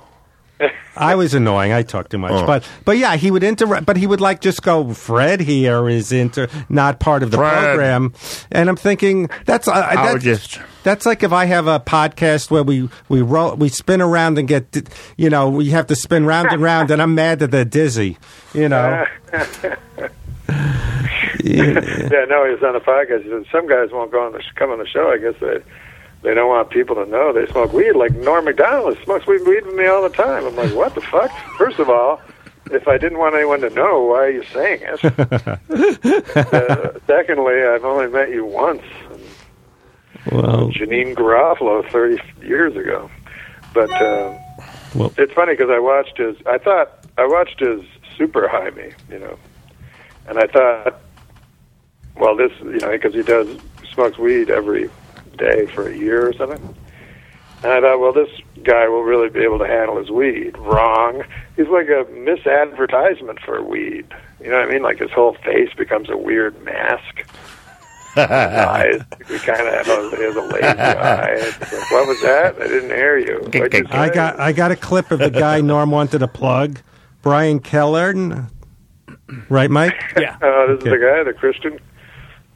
I was annoying. I talked too much, Oh. but but yeah, he would interrupt. But he would like just go. Fred here is inter not part of the Fred. program, and I'm thinking that's uh, I that's, would just that's like if I have a podcast where we we roll, we spin around and get, di- you know, we have to spin round and round, and I'm mad that they're dizzy, you know. Yeah. yeah, no, he was on the podcast. He said some guys won't go on the sh- come on the show. I guess they they don't want people to know they smoke weed. Like Norm Macdonald smokes weed, weed with me all the time. I'm like, what the fuck? First of all, if I didn't want anyone to know, why are you saying it? uh, secondly, I've only met you once, Well, Janine Garofalo, 30 years ago. But uh, Well- it's funny because I watched his. I thought I watched his Super High Me, you know, and I thought, well, this, you know, because he does smokes weed every day for a year or something. And I thought, well, this guy will really be able to handle his weed. Wrong. He's like a misadvertisement for weed. You know what I mean? Like his whole face becomes a weird mask. eyes. He kind of has a, he has a lazy eye. It's like, what was that? I didn't hear you. What'd you I say? got I got a clip of the guy Norm wanted to plug, Brian Keller, n- right, Mike? Yeah. Oh, this Okay. is the guy, the Christian.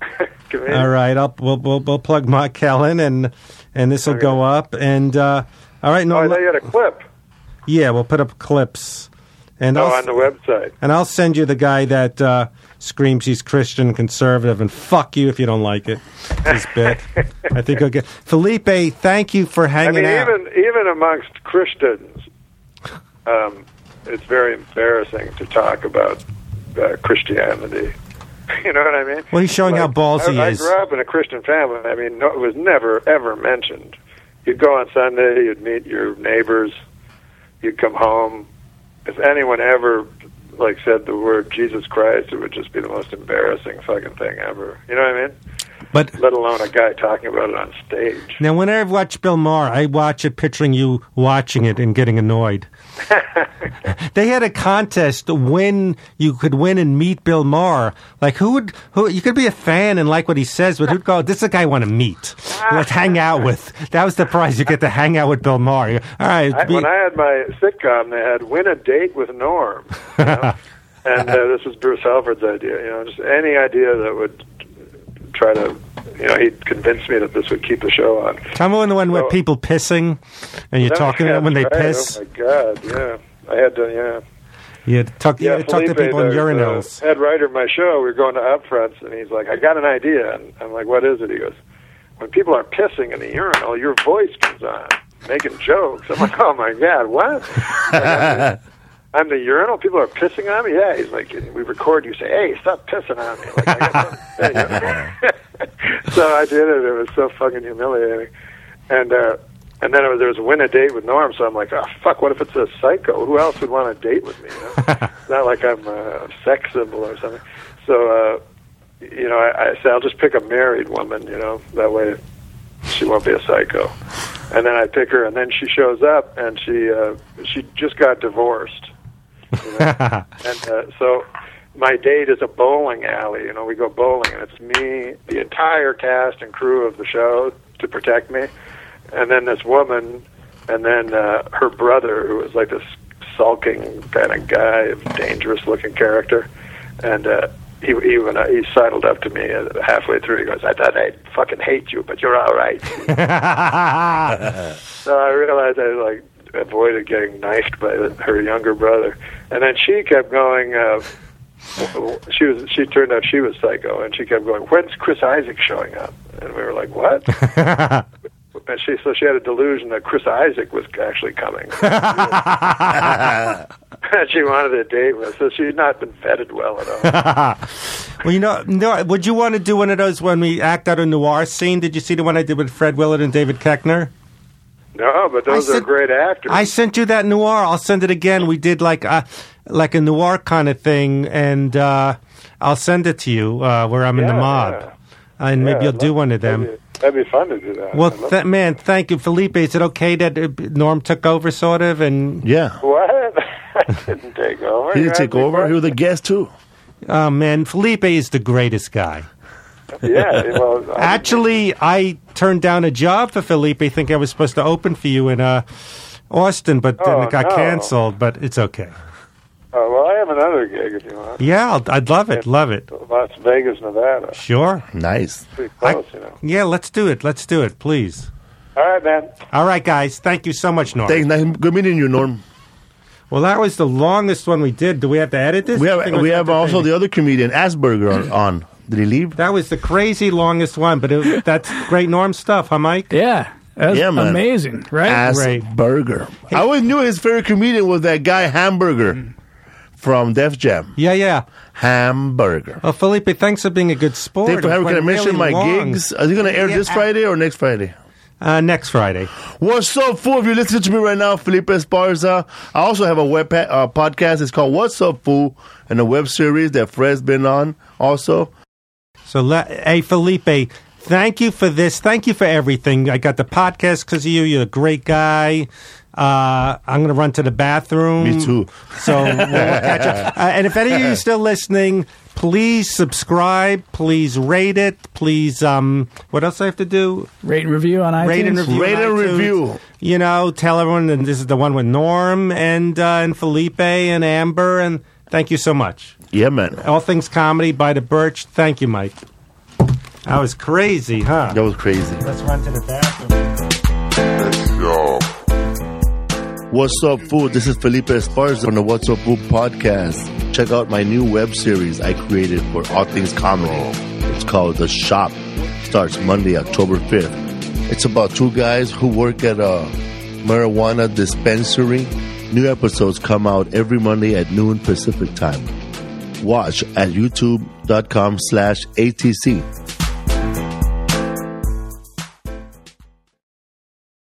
comedian. All right, I'll we'll we'll, we'll plug Mark Kellen, and and this will go up, and uh, all Oh, right, I Norm, thought you had a clip. yeah, we'll put up clips, and Oh, I'll- on the website. And I'll send you the guy that uh, screams he's Christian conservative and fuck you if you don't like it. This bit. I think I'll get Felipe. Thank you for I hanging mean, out. even even amongst Christians, um, it's very embarrassing to talk about uh, Christianity. You know what I mean? Well, he's showing how Like, ballsy I, he is. I grew up in a Christian family. I mean, no, it was never ever mentioned. You'd go on Sunday, you'd meet your neighbors, you'd come home. If anyone ever like said the word Jesus Christ, it would just be the most embarrassing fucking thing ever. You know what I mean? But Let alone a guy talking about it on stage. now, whenever I watch Bill Maher, I watch it picturing you watching it and getting annoyed. they had a contest when you could win and meet Bill Maher. Like who would who you could be a fan and like what he says, but who'd go, This is a guy I want to meet. Let's hang out with. That was the prize you get to hang out with Bill Maher. You go, All right. I, be- when I had my sitcom, they had win a date with Norm, you know? and uh, this was Bruce Alford's idea. You know, just any idea that would try to, you know, he convinced me that this would keep the show on. Remember when the one with So- people pissing and you're That talking was- about when they that's right. piss? Oh my god! Yeah, I had to. Yeah, You talk, you gotta talk to Felipe, people in the- urinals. The head writer of my show, we were going to upfronts, and he's like, "I got an idea," and I'm like, "What is it?" He goes, "When people are pissing in the urinal, your voice comes on, making jokes." I'm like, "Oh my god, what?" Like, I'm, the, I'm the urinal. People are pissing on me. Yeah, he's like, "We record you say, hey, stop pissing on me." Like, I got something to say. so I did it. It was so fucking humiliating, and. uh and then it was, there was a win a date with Norm, so I'm like, oh fuck, what if it's a psycho? Who else would want a date with me? You know? it's not like I'm a sex symbol or uh, something. So, uh, you know, I, I said I'll just pick a married woman. You know, that way she won't be a psycho. And then I pick her, and then she shows up, and she uh, she just got divorced. And uh, so my date is a bowling alley. You know, we go bowling, and it's me, the entire cast and crew of the show to protect me, and then this woman, and then uh, her brother, who is like this sulking kind of guy, dangerous looking character, and. Uh, he he, when I, he sidled up to me uh, halfway through. He goes, "I thought I fucking hate you, but you're all right." So I realized I like avoided getting knifed by the, her younger brother, and then she kept going. Uh, w- w- she was. She turned out she was psycho, and she kept going. When's Chris Isaac showing up? And we were like, what? and she so she had a delusion that Chris Isaac was actually coming. she wanted a date with, so she'd not been vetted well at all. Well, you know, no, would you want to do one of those when we act out a noir scene? Did you see the one I did with Fred Willard and David Keckner? No, but those I are said- great actors. I sent you that noir. I'll send it again. We did like a like a noir kind of thing, and uh, I'll send it to you uh, where I'm in the Yeah, mob, and Yeah, maybe you'll I'd do love- one of them. That'd be, that'd be fun to do that. Well, I'd love th- man, thank you, Felipe. Is it okay that uh, Norm took over, sort of? And Yeah. What? I didn't take over. He You didn't take asked me over. He was a guest too. oh man, Felipe is the greatest guy. questions. Yeah. Well, I- Actually, I turned down a job for Felipe, thinking I was supposed to open for you in uh, Austin, but then Oh, it got no. canceled. But it's okay. oh, well, I have another gig if you want. Yeah, I'll, I'd love it. Love it. Las Vegas, Nevada. Sure. Nice. Pretty close, you know. Yeah, let's do it. Let's do it, please. All right, man. All right, guys. Thank you so much, Norm. Thanks. nice- Good meeting you, Norm. well, that was the longest one we did. Do we have to edit this? We I have think it we was have also entertaining. the other comedian Asperger on- on. Did he leave? That was the crazy longest one, but it, that's great Norm stuff, huh, Mike? Yeah. That's Yeah, man. amazing, right? Asperger. I always knew his favorite comedian was that guy Hamburger from Def Jam. Yeah, yeah. Hamburger. Well, Felipe, thanks for being a good sport. Thanks for It having. Can I went mention my really long. gigs? Are they going to air this Friday or next Friday? Uh, next Friday. What's up, fool? If you're listening to me right now, Felipe Esparza. I also have a web pa- uh, podcast. It's called What's Up, Fool, and a web series that Fred's been on also. So, le- hey, Felipe, thank you for this. Thank you for everything. I got the podcast because of you. You're a great guy. Uh, I'm going to run to the bathroom. Me too. So we'll catch up. Uh, and if any of you are still listening, please subscribe. Please rate it. Please, um, what else I have to do? Rate and review on iTunes. Rate and review. Rate on and iTunes. review. You know, tell everyone that this is the one with Norm and uh, and Felipe and Amber. And thank you so much. Yeah, man. All things comedy by the Birch. Thank you, Mike. That was crazy, huh? That was crazy. Let's run to the bathroom. What's up, fool? This is Felipe Esparza on the What's Up, Fool podcast. Check out my new web series I created for all things comedy. It's called The Shop. Starts Monday, October 5th. It's about two guys who work at a marijuana dispensary. New episodes come out every Monday at noon Pacific time. Watch at youtube.com slash ATC.